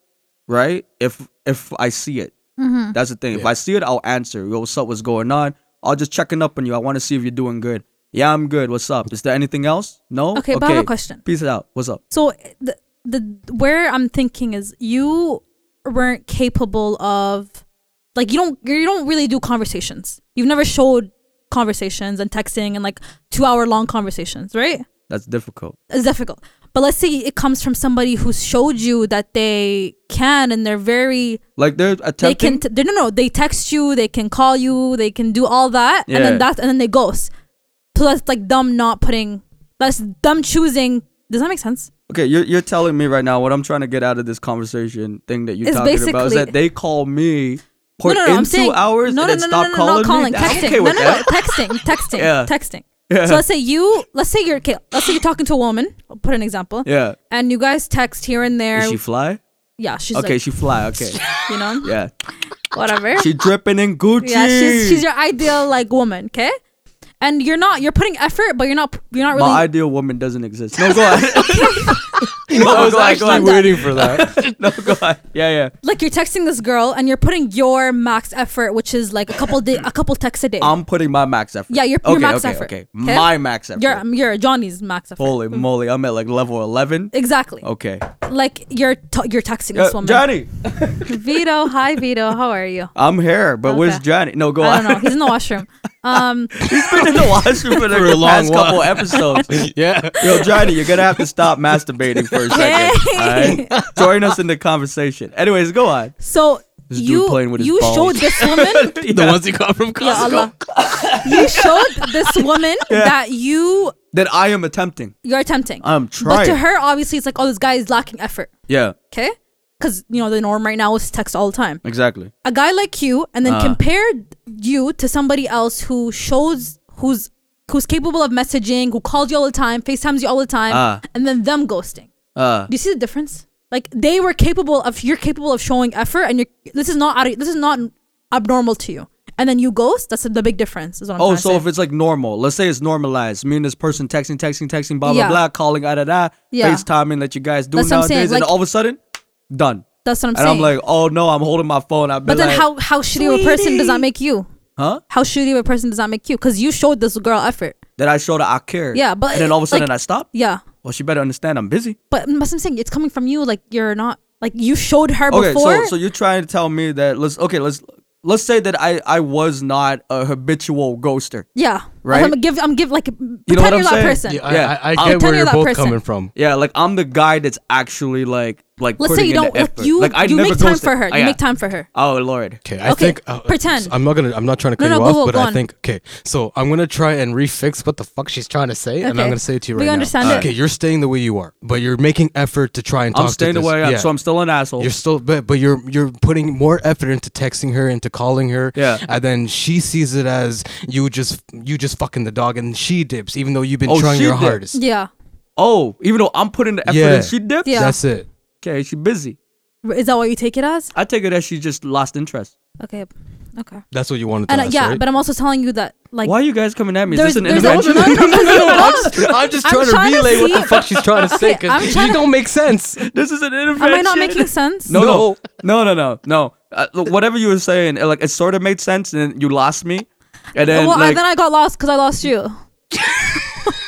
S1: right? If if I see it,
S2: Mm-hmm.
S1: that's the thing. If I see it, I'll answer. Yo, what's up? What's going on? I'll just checking up on you. I want to see if you're doing good. Yeah, I'm good. What's up? Is there anything else? No.
S2: Okay, but I have a question.
S1: Peace out. What's up?
S2: So the the where I'm thinking is you weren't capable of like you don't you don't really do conversations. You've never showed conversations and texting and like 2 hour long conversations, right?
S1: That's difficult.
S2: It's difficult. But let's say it comes from somebody who's showed you that they can and they're very
S1: Like they're
S2: they
S1: attempting.
S2: can t- they, no no they text you they can call you they can do all that and
S1: Yeah.
S2: then that and then they ghost so that's like them not putting that's them choosing does that make sense
S1: Okay, you're, you're telling me right now what I'm trying to get out of this conversation thing that you're
S2: It's
S1: talking about is
S2: basically-
S1: that they call me
S2: no
S1: put
S2: no no
S1: in
S2: i'm
S1: two
S2: saying
S1: hours
S2: no
S1: and
S2: no
S1: then
S2: no no
S1: stop
S2: no, no, no
S1: calling,
S2: calling
S1: me. I'm
S2: texting
S1: okay
S2: no no
S1: with
S2: no
S1: that.
S2: texting texting
S1: Yeah.
S2: texting
S1: Yeah.
S2: so let's say you let's say you're okay let's say you're talking to a woman I'll put an example
S1: Yeah.
S2: and you guys text here and there
S1: Is she fly?
S2: yeah she's
S1: Okay,
S2: like
S1: she fly. Okay,
S2: you know
S1: yeah.
S2: whatever
S1: She dripping in Gucci.
S2: yeah she's she's your ideal like woman okay and you're not you're putting effort but you're not you're not really
S1: My ideal woman doesn't exist. No, go ahead. no,
S3: I
S1: go ahead,
S3: was
S1: go
S3: actually
S1: ahead.
S3: waiting for that.
S1: No, go ahead. Yeah, yeah.
S2: like you're texting this girl and you're putting your max effort, which is like a couple day, a couple texts a day.
S1: I'm putting my max effort.
S2: Yeah, your-
S1: okay,
S2: your max
S1: okay,
S2: effort,
S1: Okay,
S2: okay?
S1: my max effort.
S2: you're you're Johnny's max effort.
S1: Holy moly, I'm at like level 11.
S2: Exactly.
S1: Okay.
S2: Like you're t- you're texting
S1: Yeah,
S2: this woman.
S1: Johnny,
S2: Vito, hi Vito, how are you?
S1: I'm here, but where's
S2: Okay.
S1: Johnny? No, go
S2: I
S1: ahead.
S2: don't know. He's in the washroom. Um,
S1: He's been in the washroom for, like
S3: For
S1: the
S3: a long
S1: past couple
S3: while.
S1: episodes.
S3: yeah.
S1: Yo, Johnny, you're gonna have to stop masturbating for a second. All right, join us in the conversation. Anyways, go on.
S2: so
S1: This dude
S2: you
S1: playing with his
S2: you
S1: balls.
S2: showed this woman
S3: The ones you got from
S2: Ya
S3: Costco.
S2: Allah. you showed this woman that you
S1: That I am attempting.
S2: you're attempting.
S1: I'm
S2: But to
S1: trying.
S2: her, obviously, it's like, oh, this guy is lacking effort.
S1: Yeah,
S2: Okay, because you know the norm right now is text all the time.
S1: exactly.
S2: A guy like you, and
S1: Uh.
S2: then compare you to somebody else who shows who's who's capable of messaging, who calls you all the time, FaceTimes you all the time,
S1: Ah.
S2: and then them ghosting.
S1: Uh,
S2: Do you see the difference? Like they were capable of you're capable of showing effort, and you're this is not out of, this is not abnormal to you. And then you ghost. That's the big difference. Is what I'm
S1: oh,
S2: trying to
S1: so
S2: say.
S1: if it's like normal, let's say it's normalized. Me and this person texting, texting, texting, blah blah
S2: Yeah.
S1: blah, calling, ah da da,
S2: Yeah.
S1: FaceTiming that you guys do
S2: That's what I'm
S1: nowadays,
S2: saying,
S1: and
S2: like-
S1: all of a sudden, done.
S2: that's what I'm
S1: and
S2: saying.
S1: I'm like, oh no, I'm holding my phone. I've been
S2: But then
S1: like,
S2: how how shitty of a person does that make you?
S1: Huh?
S2: How shitty of a person does that make you? Because you showed this girl effort.
S1: That I showed her I care.
S2: Yeah, but
S1: and then all of a sudden
S2: like-
S1: I stop.
S2: Yeah,
S1: Well, she better understand I'm busy.
S2: but that's what I'm saying. It's coming from you. Like you're not like you showed her
S1: Okay,
S2: before.
S1: so so you're trying to tell me that let's okay let's let's say that I I was not a habitual ghoster.
S2: yeah,
S1: Right?
S2: I'm give I'm give like pretend you
S1: know what
S2: are
S1: I'm
S2: that
S1: saying?
S2: person.
S3: Yeah,
S1: Yeah. Oh,
S3: I, I, I
S1: I'll
S3: get
S2: tell
S3: where
S2: you
S3: you're
S2: that
S3: both
S2: person.
S3: coming from.
S1: Yeah, like I'm the guy that's actually like like
S2: Let's say
S1: putting in
S2: you don't
S1: the
S2: like
S1: effort.
S2: you
S1: like I
S2: you
S1: never
S2: make time
S1: ghosted.
S2: for her.
S1: Oh,
S2: You
S1: yeah.
S2: make time for her.
S1: Oh lord.
S3: Okay, I
S2: Okay,
S3: think uh,
S2: pretend.
S3: I'm not gonna. I'm not trying to cut
S2: no,
S3: you
S2: go,
S3: off,
S2: go,
S3: but
S2: go
S3: I
S2: on.
S3: think okay. So I'm gonna try and refix what the fuck she's trying to say, and I'm
S2: Okay.
S3: gonna say it to you
S2: We
S3: right now.
S2: understand it.
S3: Okay, you're staying the way you are, but you're making effort to try and talk
S1: I'm staying
S3: to
S1: the
S3: this.
S1: way I am,
S3: yeah.
S1: so I'm still an asshole.
S3: You're still, but, but you're you're putting more effort into texting her, into calling her,
S1: Yeah.
S3: And then she sees it as you just you just fucking the dog, and she dips, even though you've been
S1: Oh,
S3: trying
S1: she
S3: your
S1: dips.
S3: hardest.
S2: Yeah,
S1: oh, even though I'm putting the effort
S3: Yeah.
S1: in, she dipped.
S2: Yeah.
S3: That's it.
S1: Okay, she busy.
S2: is that what you take it as?
S1: I take it that she just lost interest.
S2: Okay, okay.
S3: That's what you wanted to
S2: And uh,
S3: ask,
S2: yeah,
S3: right?
S2: but I'm also telling you that like
S1: Why are you guys coming at me? Is
S2: there's
S1: this an
S2: there's a-
S1: intervention?
S2: no, no, no, no, no.
S3: I'm just, I'm just
S2: I'm
S3: trying
S2: trying to
S3: to relay what
S2: see-
S3: the fuck she's trying to say
S2: Okay, I'm
S3: because
S2: trying
S3: you
S2: to-
S3: don't make sense.
S1: this is an intervention.
S2: Am I not making sense?
S1: No, no, no, no, no, no. Uh, look, whatever you were saying, it, like it sort of made sense, and then you lost me, and then
S2: well, I,
S1: like
S2: then I got lost because I lost you.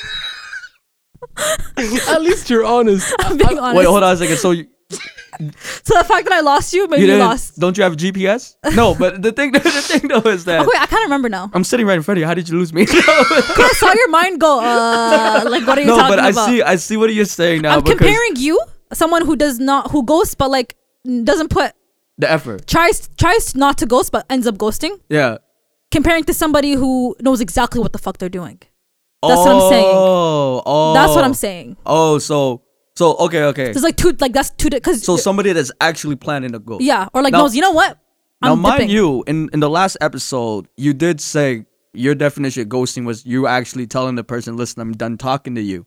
S3: At least you're honest.
S2: I'm being honest.
S1: wait, hold on a second. So you,
S2: So the fact that I lost you made
S1: you
S2: me
S1: didn't,
S2: lost.
S1: don't you have GPS? No, but the thing, the thing though is that
S2: Oh, wait, I can't remember now.
S1: I'm sitting right in front of you. How did you lose me?
S2: I saw your mind go. Uh, like what are you
S1: no,
S2: talking
S1: but I
S2: about?
S1: see, I see what you're saying now
S2: I'm
S1: because
S2: comparing you, someone who does not who ghosts, but like doesn't put
S1: the effort.
S2: tries tries not to ghost, but ends up ghosting.
S1: Yeah.
S2: Comparing to somebody who knows exactly what the fuck they're doing. That's what I'm saying.
S1: Oh, oh,
S2: That's what I'm saying.
S1: Oh, so, so okay, okay.
S2: There's like two, like that's two, because
S1: So somebody that's actually planning to go.
S2: yeah, or like
S1: Now-
S2: knows. You know what?
S1: Now,
S2: I'm
S1: mind
S2: dipping.
S1: you, in, in the last episode, you did say your definition of ghosting was you actually telling the person, "Listen, I'm done talking to you,"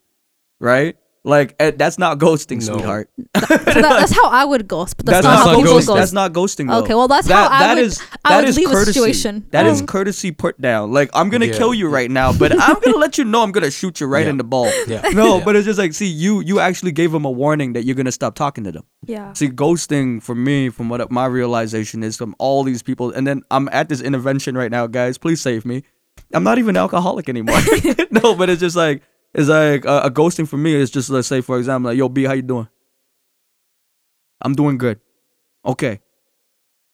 S1: right? Like eh, that's not ghosting,
S3: No.
S1: sweetheart.
S2: So that, that's how I would ghost, but
S1: That's,
S2: that's,
S1: not,
S2: not, how people
S1: ghosting.
S2: ghost.
S1: That's not ghosting. Though.
S2: Okay, well, that's
S1: That-
S2: how I
S1: that
S2: would-
S1: is-
S2: I
S1: that
S2: would
S1: is
S2: leave the
S1: courtesy.
S2: situation.
S1: That is
S2: Um,
S1: courtesy put down. Like I'm gonna
S3: Mm. Yeah.
S1: kill you right now, but I'm gonna let you know I'm gonna shoot you right
S3: Yeah.
S1: in the ball.
S3: Yeah.
S1: No,
S3: Yeah.
S1: but it's just like see you you actually gave them a warning that you're gonna stop talking to them.
S2: yeah.
S1: See, ghosting for me, from what my realization is from all these people, and then I'm at this intervention right now, guys. Please save me. I'm not even alcoholic anymore. no, but it's just like it's like uh, a ghosting for me is just let's say for example, like yo B, how you doing? I'm doing good. Okay.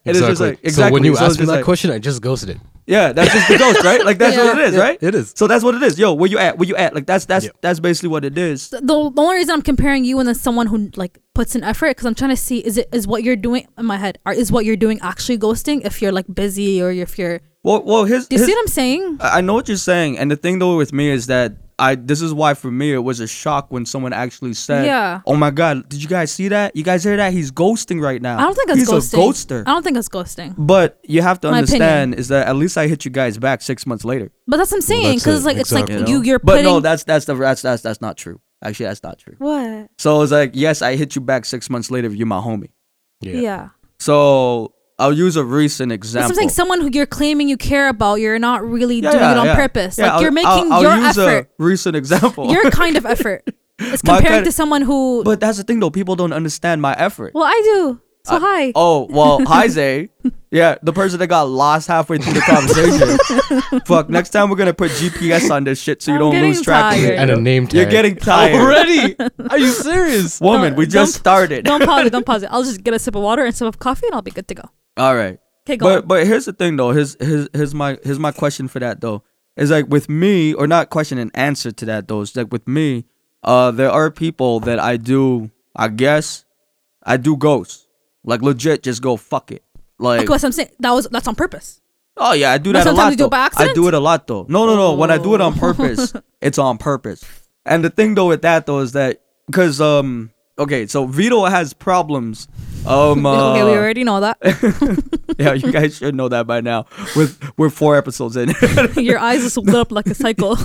S1: And it's just like-
S3: So when you
S1: exactly. So it's
S3: asked me
S1: just
S3: that
S1: like-
S3: question, I just ghosted it.
S1: Yeah, that's just the ghost, right? Like that's what it is,
S3: Yeah,
S1: right?
S3: it is.
S1: So that's what it is. Yo, where you at? Where you at? Like that's that's
S3: Yeah.
S1: that's basically what it is.
S2: the, the only reason I'm comparing you and then someone who like puts in effort because I'm trying to see is it is what you're doing in my head or is what you're doing actually ghosting if you're like busy or if you're
S1: Well, well, his.
S2: do you
S1: his
S2: see what I'm saying?
S1: I I know what you're saying, and the thing though with me is that I this is why for me it was a shock when someone actually said,
S2: Yeah.
S1: "Oh my God, did you guys see that? You guys hear that? He's ghosting right now.
S2: I don't think it's
S1: he's
S2: ghosting.
S1: a
S2: I
S1: ghoster."
S2: don't think it's ghosting.
S1: But you have to
S2: My opinion.
S1: understand is that at least I hit you guys back six months later.
S2: But that's what I'm saying
S3: that's
S2: because
S3: it,
S2: like
S3: exactly.
S2: it's
S1: You
S2: like
S1: know?
S2: you you're
S1: but
S2: putting
S1: no, that's that's the that's that's that's not true. Actually, that's not true.
S2: what
S1: So it's like yes, I hit you back six months later. You're my homie.
S2: yeah.
S1: So I'll use a recent
S2: That's what
S1: example.
S2: I'm saying. Someone who you're claiming you care about, you're not really
S1: Yeah,
S2: doing
S1: yeah,
S2: it on
S1: yeah.
S2: purpose.
S1: Yeah,
S2: like
S1: I'll-
S2: you're making
S1: I'll- I'll
S2: your
S1: use a
S2: effort,
S1: recent example.
S2: your kind of effort, is
S1: My
S2: compared
S1: kind-
S2: to someone who.
S1: but that's the thing though. People don't understand my effort.
S2: well, I do. So hi.
S1: Oh well, hi Zay. Yeah, the person that got lost halfway through the conversation. Fuck. Next time we're gonna put GPS on this shit so you
S2: I'm
S1: don't
S2: getting
S1: lose track. Of
S2: tired.
S1: it.
S3: And a name tag.
S1: You're getting tired
S3: Already? Are you serious?
S1: Woman, we
S2: Don't-
S1: just
S2: don't-
S1: started.
S2: Don't pause it. Don't pause it. I'll just get a sip of water and sip of coffee, and I'll be good to go.
S1: All right.
S2: Okay, go
S1: But
S2: on.
S1: but here's the thing though. His his his my his my question for that though is like with me or not question and answer to that though is like with me, uh, there are people that I do I guess I do ghosts like legit just go fuck it like
S2: Okay, what I'm saying that was that's on purpose.
S1: oh yeah I do that
S2: But
S1: a
S2: sometimes
S1: lot
S2: you do
S1: though.
S2: it by
S1: I do
S2: accident?
S1: it a lot though no no no when I do it on purpose it's on purpose and the thing though with that though is that because um okay so Vito has problems um uh,
S2: okay, we already know that.
S1: yeah, you guys should know that by now. With we're four episodes in.
S2: Your eyes just lit up like a cycle.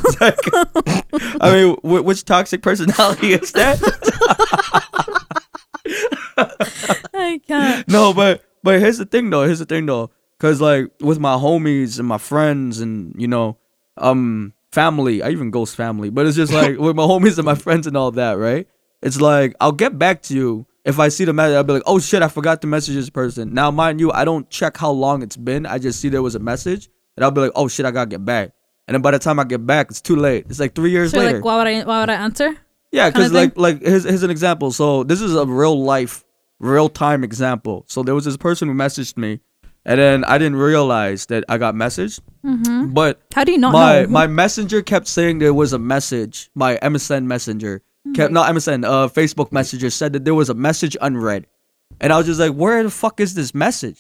S1: I mean, wh- which toxic personality is that?
S2: I can't.
S1: no, but but here's the thing though. Here's the thing though, because like with my homies and my friends and you know, um, family. I even ghost family, but it's just like with my homies and my friends and all that, right? It's like I'll get back to you if I see the message. I'll be like, oh shit, I forgot to message this person. Now, mind you, I don't check how long it's been. I just see there was a message, and I'll be like, oh shit, I gotta get back. And then by the time I get back, it's too late. It's like three years
S2: So you're
S1: later.
S2: like, why would I? Why would I answer?
S1: Yeah,
S2: kinda
S1: because like like here's, here's an example. So this is a real life, real time example. So there was this person who messaged me, and then I didn't realize that I got messaged. Mm-hmm. But
S2: How do you not
S1: my
S2: know?
S1: my messenger kept saying there was a message. My MSN messenger
S2: Mm-hmm.
S1: kept not MSN, uh, Facebook messenger said that there was a message unread, and I was just like, where the fuck is this message?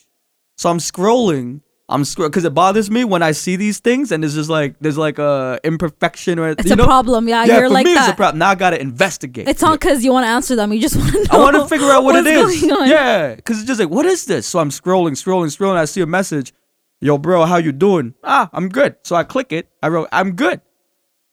S1: So I'm scrolling. I'm scroll because it bothers me when I see these things, and it's just like there's like a imperfection or
S2: it's
S1: you
S2: a
S1: know?
S2: problem. Yeah,
S1: yeah,
S2: you're
S1: for
S2: like
S1: me,
S2: that.
S1: it's a problem. Now I gotta investigate.
S2: It's not because you want to answer them. You just want to. Know
S1: I want to figure out what it
S2: what's
S1: is.
S2: Going on.
S1: Yeah, because it's just like, what is this? So I'm scrolling, scrolling, scrolling. I see a message, yo, bro, how you doing? Ah, I'm good. So I click it. I wrote, I'm good,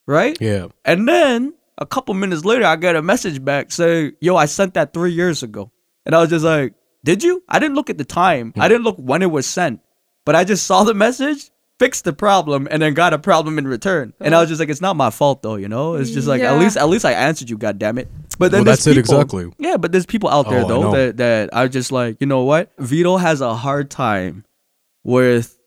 S1: right?
S3: Yeah.
S1: And then a couple minutes later, I get a message back saying, yo, I sent that three years ago, and I was just like, did you? I didn't look at the time. I didn't look when it was sent, but I just saw the message. Fixed the problem and then got a problem in return, and I was just like, "It's not my fault, though, you know. It's just like at
S2: Yeah.
S1: least at least I answered you, goddammit. But then there's
S3: Well, that's it
S1: people-
S3: exactly.
S1: Yeah, but there's people out there
S3: Oh, I
S1: though
S3: know.
S1: that that are just like, you know what? Vito has a hard time with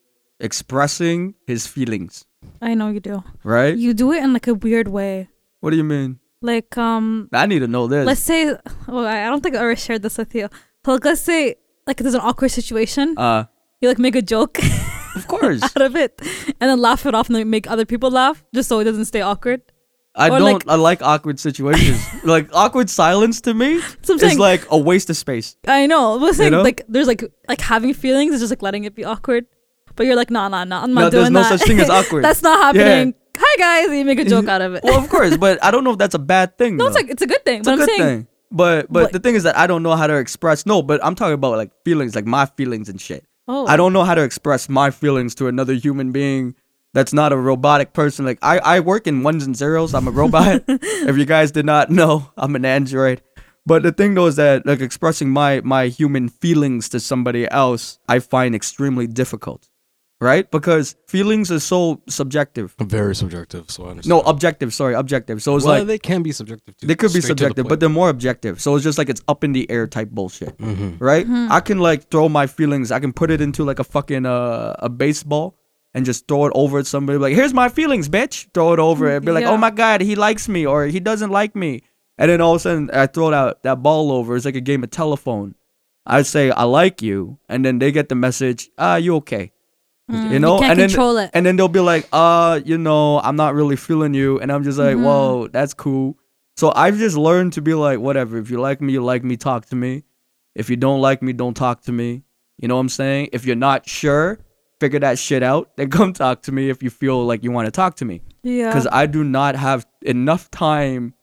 S1: expressing his feelings,
S2: I know you do.
S1: right?
S2: You do it in like a weird way.
S1: what do you mean?
S2: Like um,
S1: I need to know this.
S2: let's say. Well, I I don't think I ever shared this with you. But like, let's say like there's an awkward situation.
S1: uh,
S2: you like make a joke
S1: of course.
S2: out of it, and then laugh it off and then make other people laugh just so it doesn't stay awkward.
S1: I
S2: Or
S1: don't.
S2: like-
S1: I like awkward situations. like awkward silence to me
S2: what I'm
S1: is
S2: saying.
S1: like a waste of space.
S2: I know. But saying
S1: know?
S2: like there's like like having feelings is just like letting it be awkward. But you're like, nah, nah, nah, I'm not
S1: No, there's
S2: doing
S1: no
S2: that.
S1: such thing as awkward.
S2: That's not
S1: Yeah.
S2: happening. Hi guys, and you make a joke out of it.
S1: Well, of course, but I don't know if that's a bad thing.
S2: no, it's
S1: though.
S2: like it's a good thing.
S1: It's
S2: but
S1: a
S2: I'm
S1: good
S2: saying
S1: thing. But, but
S2: But-
S1: the thing is that I don't know how to express no, but I'm talking about like feelings, like my feelings and shit.
S2: Oh.
S1: I don't know how to express my feelings to another human being that's not a robotic person. Like I, I work in ones and zeros. I'm a robot. if you guys did not know, I'm an android. But the thing though is that like expressing my my human feelings to somebody else, I find extremely difficult. Right? Because feelings are so subjective.
S3: Very subjective, so I understand.
S1: No, objective, sorry, objective. So it's
S3: well,
S1: like
S3: they can be subjective too.
S1: they could be
S3: Straight to the
S1: subjective, but
S3: point.
S1: they're more objective. So it's just like it's up in the air type bullshit,
S3: Mm-hmm.
S1: right? I can like throw my feelings. I can put it into like a fucking uh, a baseball and just throw it over at somebody. Like, here's my feelings, bitch. Throw it over and be like,
S2: Yeah.
S1: oh my god, he likes me or he doesn't like me. And then all of a sudden, I throw that that ball over. It's like a game of telephone. I say I like you, and then they get the message, ah, you okay? you know,
S2: Mm, can't
S1: and then
S2: control it.
S1: and then they'll be like, uh, you know, I'm not really feeling you. And I'm just
S2: Mm-hmm.
S1: like, whoa, that's cool. So I've just learned to be like, whatever. If you like me, you like me, talk to me. If you don't like me, don't talk to me. You know what I'm saying? If you're not sure, figure that shit out. Then come talk to me if you feel like you want to talk to me.
S2: Yeah.
S1: Because I do not have enough time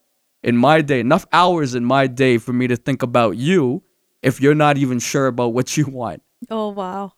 S1: in my day, enough hours in my day for me to think about you if you're not even sure about what you want.
S2: oh wow.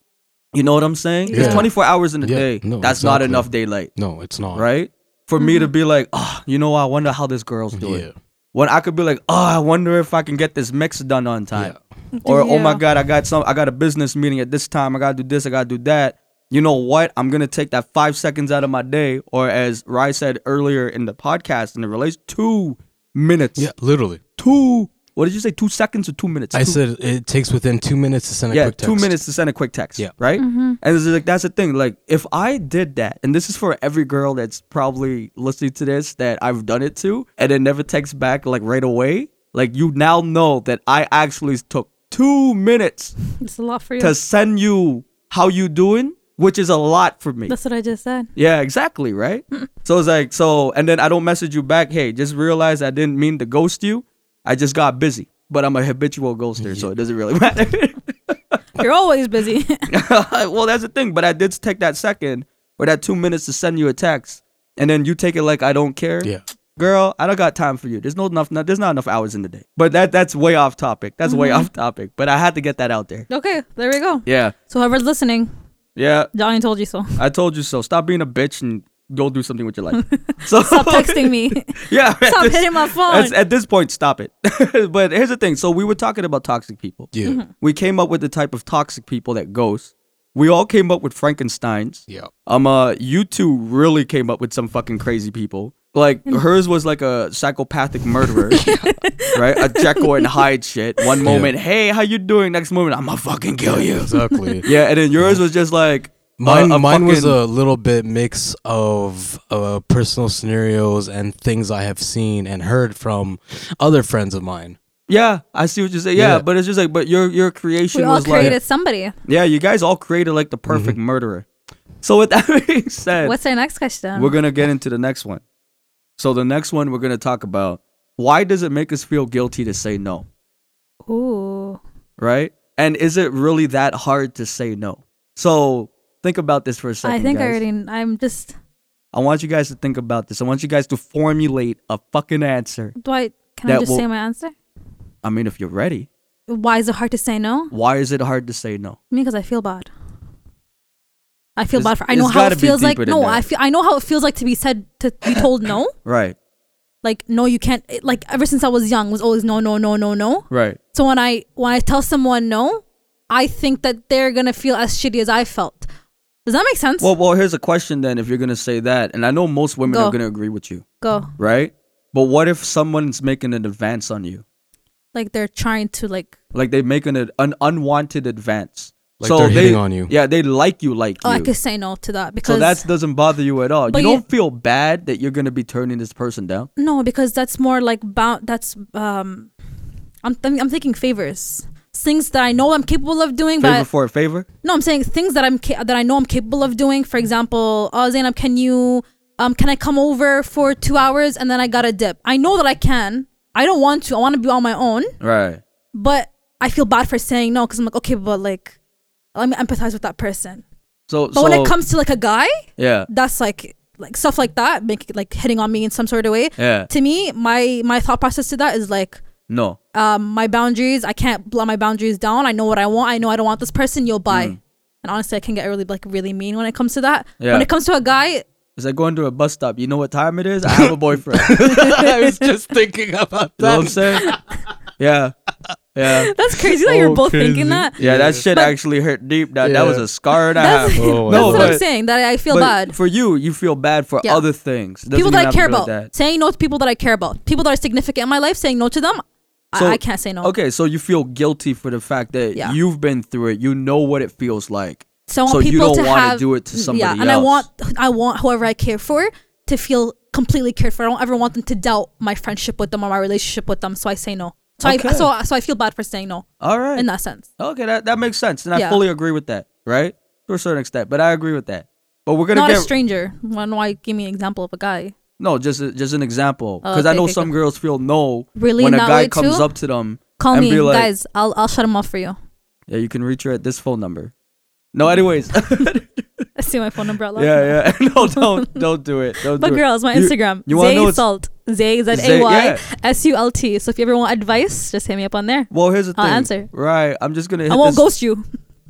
S1: You know what I'm saying? It's
S3: Yeah.
S1: 24 hours in a
S3: Yeah,
S1: day.
S3: no,
S1: That's not
S3: exactly.
S1: enough daylight,
S3: no, it's not.
S1: right? For me to be like, oh, you know, what? I wonder how this girl's doing.
S3: Yeah.
S1: When I could be like, oh, I wonder if I can get this mix done on time, or oh my
S2: Yeah.
S1: god, I got some, I got a business meeting at this time. I gotta do this. I gotta do that. You know what? I'm gonna take that five seconds out of my day, or as Rai said earlier in the podcast, in the relation, two minutes.
S3: Yeah, literally.
S1: Two. What did you say? Two seconds or two minutes?
S3: I
S1: Two-
S3: said it takes within two minutes to send a
S1: yeah,
S3: quick text.
S1: two minutes to send a quick text.
S3: Yeah.
S1: Right? And it's like that's the thing. Like, if I did that, and this is for every girl that's probably listening to this that I've done it to, and it never texts back like right away, like you now know that I actually took two minutes
S2: It's a lot for you.
S1: to send you how you doing, which is a lot for me.
S2: That's what I just said.
S1: Yeah, exactly, right? so it's like, so, and then I don't message you back. Hey, just realize I didn't mean to ghost you. I just got busy, but I'm a habitual ghoster, so it doesn't really matter.
S2: You're always busy.
S1: well, that's the thing, but I did take that second or that two minutes to send you a text, and then you take it like I don't care.
S3: Yeah.
S1: Girl, I don't got time for you. There's no enough. There's not enough hours in the day. But that that's way off topic. That's
S2: Mm-hmm.
S1: way off topic. But I had to get that out there.
S2: okay, there we go.
S1: Yeah,
S2: So whoever's listening,
S1: yeah.
S2: Johnny told you so.
S1: I told you so. Stop being a bitch and go do something with your life. So
S2: Stop texting me.
S1: Yeah. at
S2: Stop hitting my phone.
S1: At, at this point, stop it. but here's the thing. So we were talking about toxic people.
S3: Yeah.
S2: Mm-hmm.
S1: We came up with the type of toxic people that ghost. We all came up with Frankenstein's.
S3: Yeah.
S1: Um. Uh. You two really came up with some fucking crazy people. Like hers was like a psychopathic murderer, right? A Jekyll and Hyde shit. One moment, hey, how you doing? Next moment, I'ma fucking kill you.
S3: Exactly.
S1: Yeah, and then yours was just like uh,
S3: Mine,
S1: a- a
S3: mine was
S1: fucking-
S3: a little bit mix of uh, personal scenarios and things I have seen and heard from other friends of mine.
S1: Yeah, I see what you say. Yeah,
S3: Yeah.
S1: but it's just like, but your your creation
S2: we all
S1: was like,
S2: created somebody.
S1: yeah, you guys all created like
S3: Mm-hmm.
S1: the perfect murderer. So with that being said,
S2: What's our next question?
S1: we're gonna get into the next one. So the next one we're gonna talk about why does it make us feel guilty to say no,
S2: Ooh.
S1: right? And is it really that hard to say no? So think about this for a second.
S2: I think I
S1: guys.
S2: already. I'm just.
S1: I want you guys to think about this. I want you guys to formulate a fucking answer.
S2: Do I? Can I
S1: That
S2: just
S1: will-
S2: say my answer?
S1: I mean, if you're ready,
S2: Why is it hard to say no?
S1: why is it hard to say no?
S2: Me, because I feel bad. I feel
S1: It's-
S2: bad for. I
S1: it's
S2: know how
S1: gotta
S2: it
S1: be
S2: feels like.
S1: deeper than
S2: No,
S1: that.
S2: I feel. I know how it feels like to be said to be told no.
S1: Right,
S2: Like no, you can't. it- Like ever since I was young, was always no, no, no, no, no.
S1: right.
S2: So when I when I tell someone no, I think that they're gonna feel as shitty as I felt. Does that make sense?
S1: Well, well, here's a question then. If you're gonna say that, and I know most women
S2: Go.
S1: are gonna agree with you,
S2: Go.
S1: right? But what if someone's making an advance on you,
S2: Like they're trying to like.
S1: like they making an, an unwanted advance?
S3: Like they're hitting on you.
S1: Yeah, they like you, like
S2: Oh, I
S1: you.
S2: could say no to that because
S1: so that doesn't bother you at all. You
S2: But you-
S1: don't feel bad that you're gonna be turning this person down.
S2: No, because that's more like bound. That's um, I'm th- I'm thinking favors, things that I know I'm capable of doing.
S1: Favor
S2: but
S1: for a favor.
S2: no, I'm saying things that I'm ca- that I know I'm capable of doing. For example, oh Zainab, can you um can I come over for two hours and then I got a dip? I know that I can. I don't want to. I want to be on my own,
S1: Right.
S2: but I feel bad for saying no because I'm like okay, but like let me empathize with that person.
S1: So,
S2: But
S1: so
S2: when it comes to like a guy,
S1: yeah,
S2: that's like like stuff like that, make like hitting on me in some sort of way.
S1: Yeah.
S2: To me, my my thought process to that is like
S1: no,
S2: um my boundaries. I can't let my boundaries down. I know what I want. I know I don't want this person. You'll buy. And honestly, I can get really like really mean when it comes to that.
S1: Mm. Yeah.
S2: When it comes to a guy,
S1: it's like going to a bus stop. You know what time it is? I have a boyfriend. you
S3: I was just thinking about
S1: know what I'm saying? Yeah, yeah.
S2: that's crazy that you're both thinking that.
S1: Yeah, that shit actually hurt deep. That that was
S3: Yeah.
S1: a scar and a half.
S2: That's,
S3: Oh,
S2: that's
S1: wow.
S2: what
S1: No,
S2: I'm
S1: but-
S2: saying. That I feel
S1: but
S2: bad.
S1: For you, you feel bad for
S2: Yeah.
S1: other things. Doesn't
S2: People that
S1: even
S2: I
S1: have to
S2: care
S1: be like
S2: about. Saying no to people that I care about. People that are significant in my life. Saying no to them.
S1: So-
S2: I, I can't say no.
S1: Okay, so you feel guilty for the fact that
S2: Yeah.
S1: you've been through it. You know what it feels like.
S2: So I want
S1: So you
S2: people
S1: don't
S2: to
S1: wanna
S2: have,
S1: do it to somebody
S2: yeah, and I
S1: else.
S2: want I want whoever I care for to feel completely cared for. I don't ever want them to doubt my friendship with them or my relationship with them. So I say no. So
S1: Okay.
S2: I so so I feel bad for saying no
S1: All right.
S2: in that sense.
S1: okay, that, that makes sense. And I
S2: Yeah.
S1: fully agree with that, right? To a certain extent, but I agree with that. But we're gonna
S2: Not
S1: get
S2: a stranger. Why why give me an example of a guy?
S1: no, just a- just an example,
S2: Oh,
S1: because I
S2: okay,
S1: know
S2: okay,
S1: some girls feel no
S2: Really
S1: when a
S2: in that
S1: guy
S2: way
S1: comes
S2: too?
S1: up to them
S2: Call
S1: and
S2: me,
S1: be like,
S2: guys. I'll I'll shut him off for you.
S1: "Yeah, you can reach her at this phone number." No, anyways,
S2: I see my phone number out loud.
S1: yeah, yeah, no, don't don't do it. Don't
S2: But
S1: do it.
S2: girls, my
S1: You-
S2: Instagram,
S1: you wanna know what's-
S2: Zay Salt, Zay Z
S1: Zay,
S2: A
S1: yeah.
S2: Y S U L T. So if you ever want advice, just hit me up on there.
S1: Well, here's the
S2: I'll
S1: thing.
S2: answer.
S1: Right, I'm just gonna. Hit
S2: I won't
S1: this-
S2: ghost you.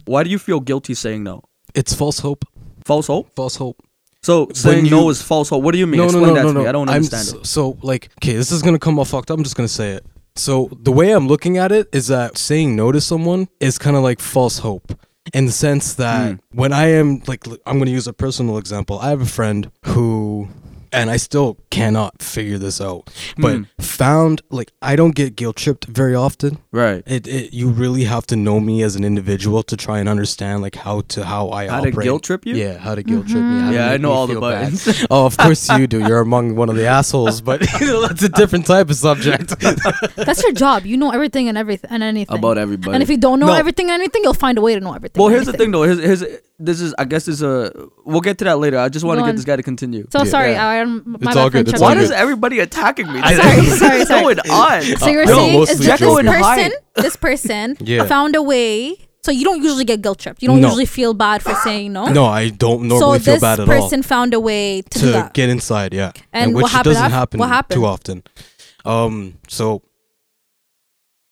S1: Why do you feel guilty saying no?
S3: It's false hope.
S1: False hope.
S3: False hope.
S1: So saying no
S3: you-
S1: is false hope. What do you mean?
S3: No,
S1: Explain
S3: no, no,
S1: that to
S3: no, no.
S1: me. I don't
S3: I'm
S1: understand
S3: so,
S1: it.
S3: so like, okay, this is gonna come off fucked up. I'm just gonna say it. So the way I'm looking at it is that saying no to someone is kind of like false hope, in the
S1: Hmm.
S3: sense that when I am like, l- I'm gonna use a personal example. I have a friend who. and I still cannot figure this out.
S1: Hmm.
S3: But found like I don't get guilt tripped very often.
S1: Right.
S3: It, it you really have to know me as an individual to try and understand like how to how I
S1: How to
S3: operate.
S1: guilt trip you? Mm-hmm.
S3: Yeah, how to guilt trip me? how to
S1: Yeah, I
S3: make
S1: know
S3: me
S1: all the
S3: feel bad.
S1: buttons.
S3: oh, of course you do. You're among one of the assholes, but that's a different type of subject.
S2: That's your job. You know everything and everything and anything
S1: About everybody.
S2: And if you don't know
S3: No.
S2: everything and anything, you'll find a way to know everything.
S1: well,
S2: and
S1: here's the
S2: anything.
S1: thing though. Here's, here's this is I guess is a we'll get to that later. I just want to
S2: Go
S1: get
S2: on.
S1: this guy to continue.
S2: So
S3: Yeah.
S2: sorry,
S1: uh,
S3: Yeah.
S2: I, I'm, my
S3: It's
S2: bad
S3: all
S2: friend
S3: good, it's
S2: Chuck.
S1: Why
S3: all
S1: does
S3: good.
S1: everybody attacking me?
S2: Sorry, sorry,
S1: What's
S2: sorry.
S1: going on?
S2: So you're
S3: Uh, no,
S2: saying is
S3: mostly
S2: that this
S3: joking.
S2: person,
S1: Hide.
S2: this person
S3: Yeah.
S2: found a way. So you don't usually get guilt tripped. You don't
S3: No.
S2: usually feel bad for saying no.
S3: no, I don't
S2: so
S3: normally feel
S2: this
S3: bad at all.
S2: person found a way to, do
S3: to
S2: that.
S3: get inside, yeah.
S2: And
S3: which
S2: what happened
S3: doesn't
S2: af-
S3: happen
S2: what happened?
S3: too often. Um, so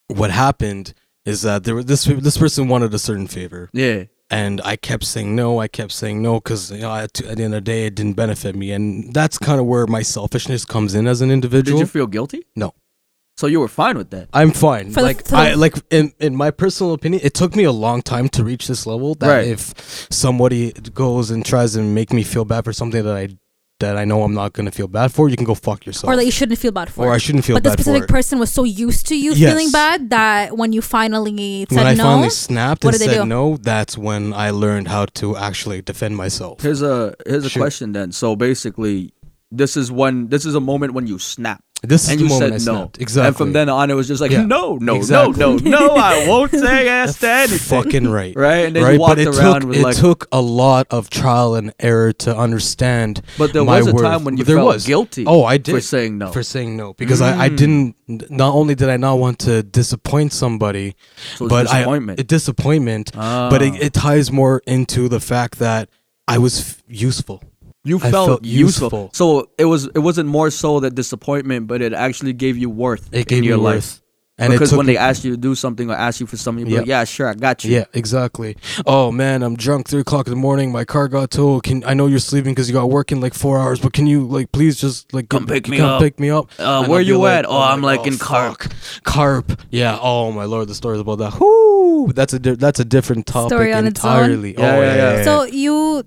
S3: what happened is that there was this this person wanted a certain favor,
S1: Yeah.
S3: and I kept saying no. I kept saying no because you know, at, at the end of the day, it didn't benefit me, and that's kind of where my selfishness comes in as an
S1: Did
S3: individual.
S1: you feel guilty?
S3: no.
S1: So you were fine with that.
S3: I'm fine.
S2: For the-
S3: like
S2: for the-
S3: I like in in my personal opinion, it took me a long time to reach this level. That
S1: Right.
S3: if somebody goes and tries and make me feel bad for something that I that I know I'm not gonna feel bad for, you can go fuck yourself.
S2: or that you shouldn't feel bad for.
S3: Or
S2: it.
S3: I shouldn't feel
S2: But
S3: bad
S2: the
S3: for
S2: specific
S3: it.
S2: person was so used to you
S3: Yes.
S2: feeling bad that when you finally said
S3: when I
S2: no,
S3: finally snapped
S2: what
S3: and
S2: did they
S3: said
S2: do?
S3: no, that's when I learned how to actually defend myself.
S1: Here's a here's a
S3: Shoot.
S1: question then. So basically, this is when this is a moment when you snap.
S3: This is
S1: and
S3: the
S1: you
S3: moment
S1: said
S3: I
S1: no.
S3: snapped. Exactly.
S1: And from then on, it was just like
S3: Yeah.
S1: no, no,
S3: Exactly.
S1: no, no, no. I won't say yes to anything.
S3: Fucking right.
S1: Right, and then you
S3: right?
S1: walked
S3: but it
S1: around
S3: took,
S1: with,
S3: it
S1: like-
S3: took a lot of trial and error to understand.
S1: But there
S3: my
S1: was a
S3: worth.
S1: time when you
S3: there
S1: felt
S3: was.
S1: guilty
S3: Oh, I
S1: for
S3: did
S1: saying no. Mm.
S3: for saying no because I, I didn't. Not only did I not want to disappoint somebody,
S1: So it's
S3: but
S1: disappointment. Ah.
S3: I a disappointment. But it, it ties more into the fact that I was f- useful.
S1: You
S3: I
S1: felt,
S3: felt
S1: useful.
S3: useful.
S1: So it was it wasn't more so that disappointment, but it actually gave you worth.
S3: It gave
S1: in
S3: me
S1: your
S3: worth.
S1: life.
S3: And it
S1: because
S3: took
S1: when they asked you to do something or asked you for something, you'd be like,
S3: Yeah.
S1: yeah, sure, I got you.
S3: Yeah, exactly. Oh man, I'm drunk. Three o'clock in the morning. My car got towed. Can I know you're sleeping because you got work in like four hours? But can you like please just like
S1: Come
S3: get-
S1: pick me
S3: come
S1: up.
S3: Pick me up.
S1: Uh,
S3: And
S1: where
S3: I'll be
S1: you at? Oh,
S3: my
S1: I'm, like,
S3: God,
S1: in Carp.
S3: fuck. Carp. Yeah. Oh my lord, the stories about that. Whoo, that's a di- that's a different topic
S2: Story on its own.
S3: entirely.
S1: Yeah,
S3: oh
S1: yeah, yeah.
S2: So you,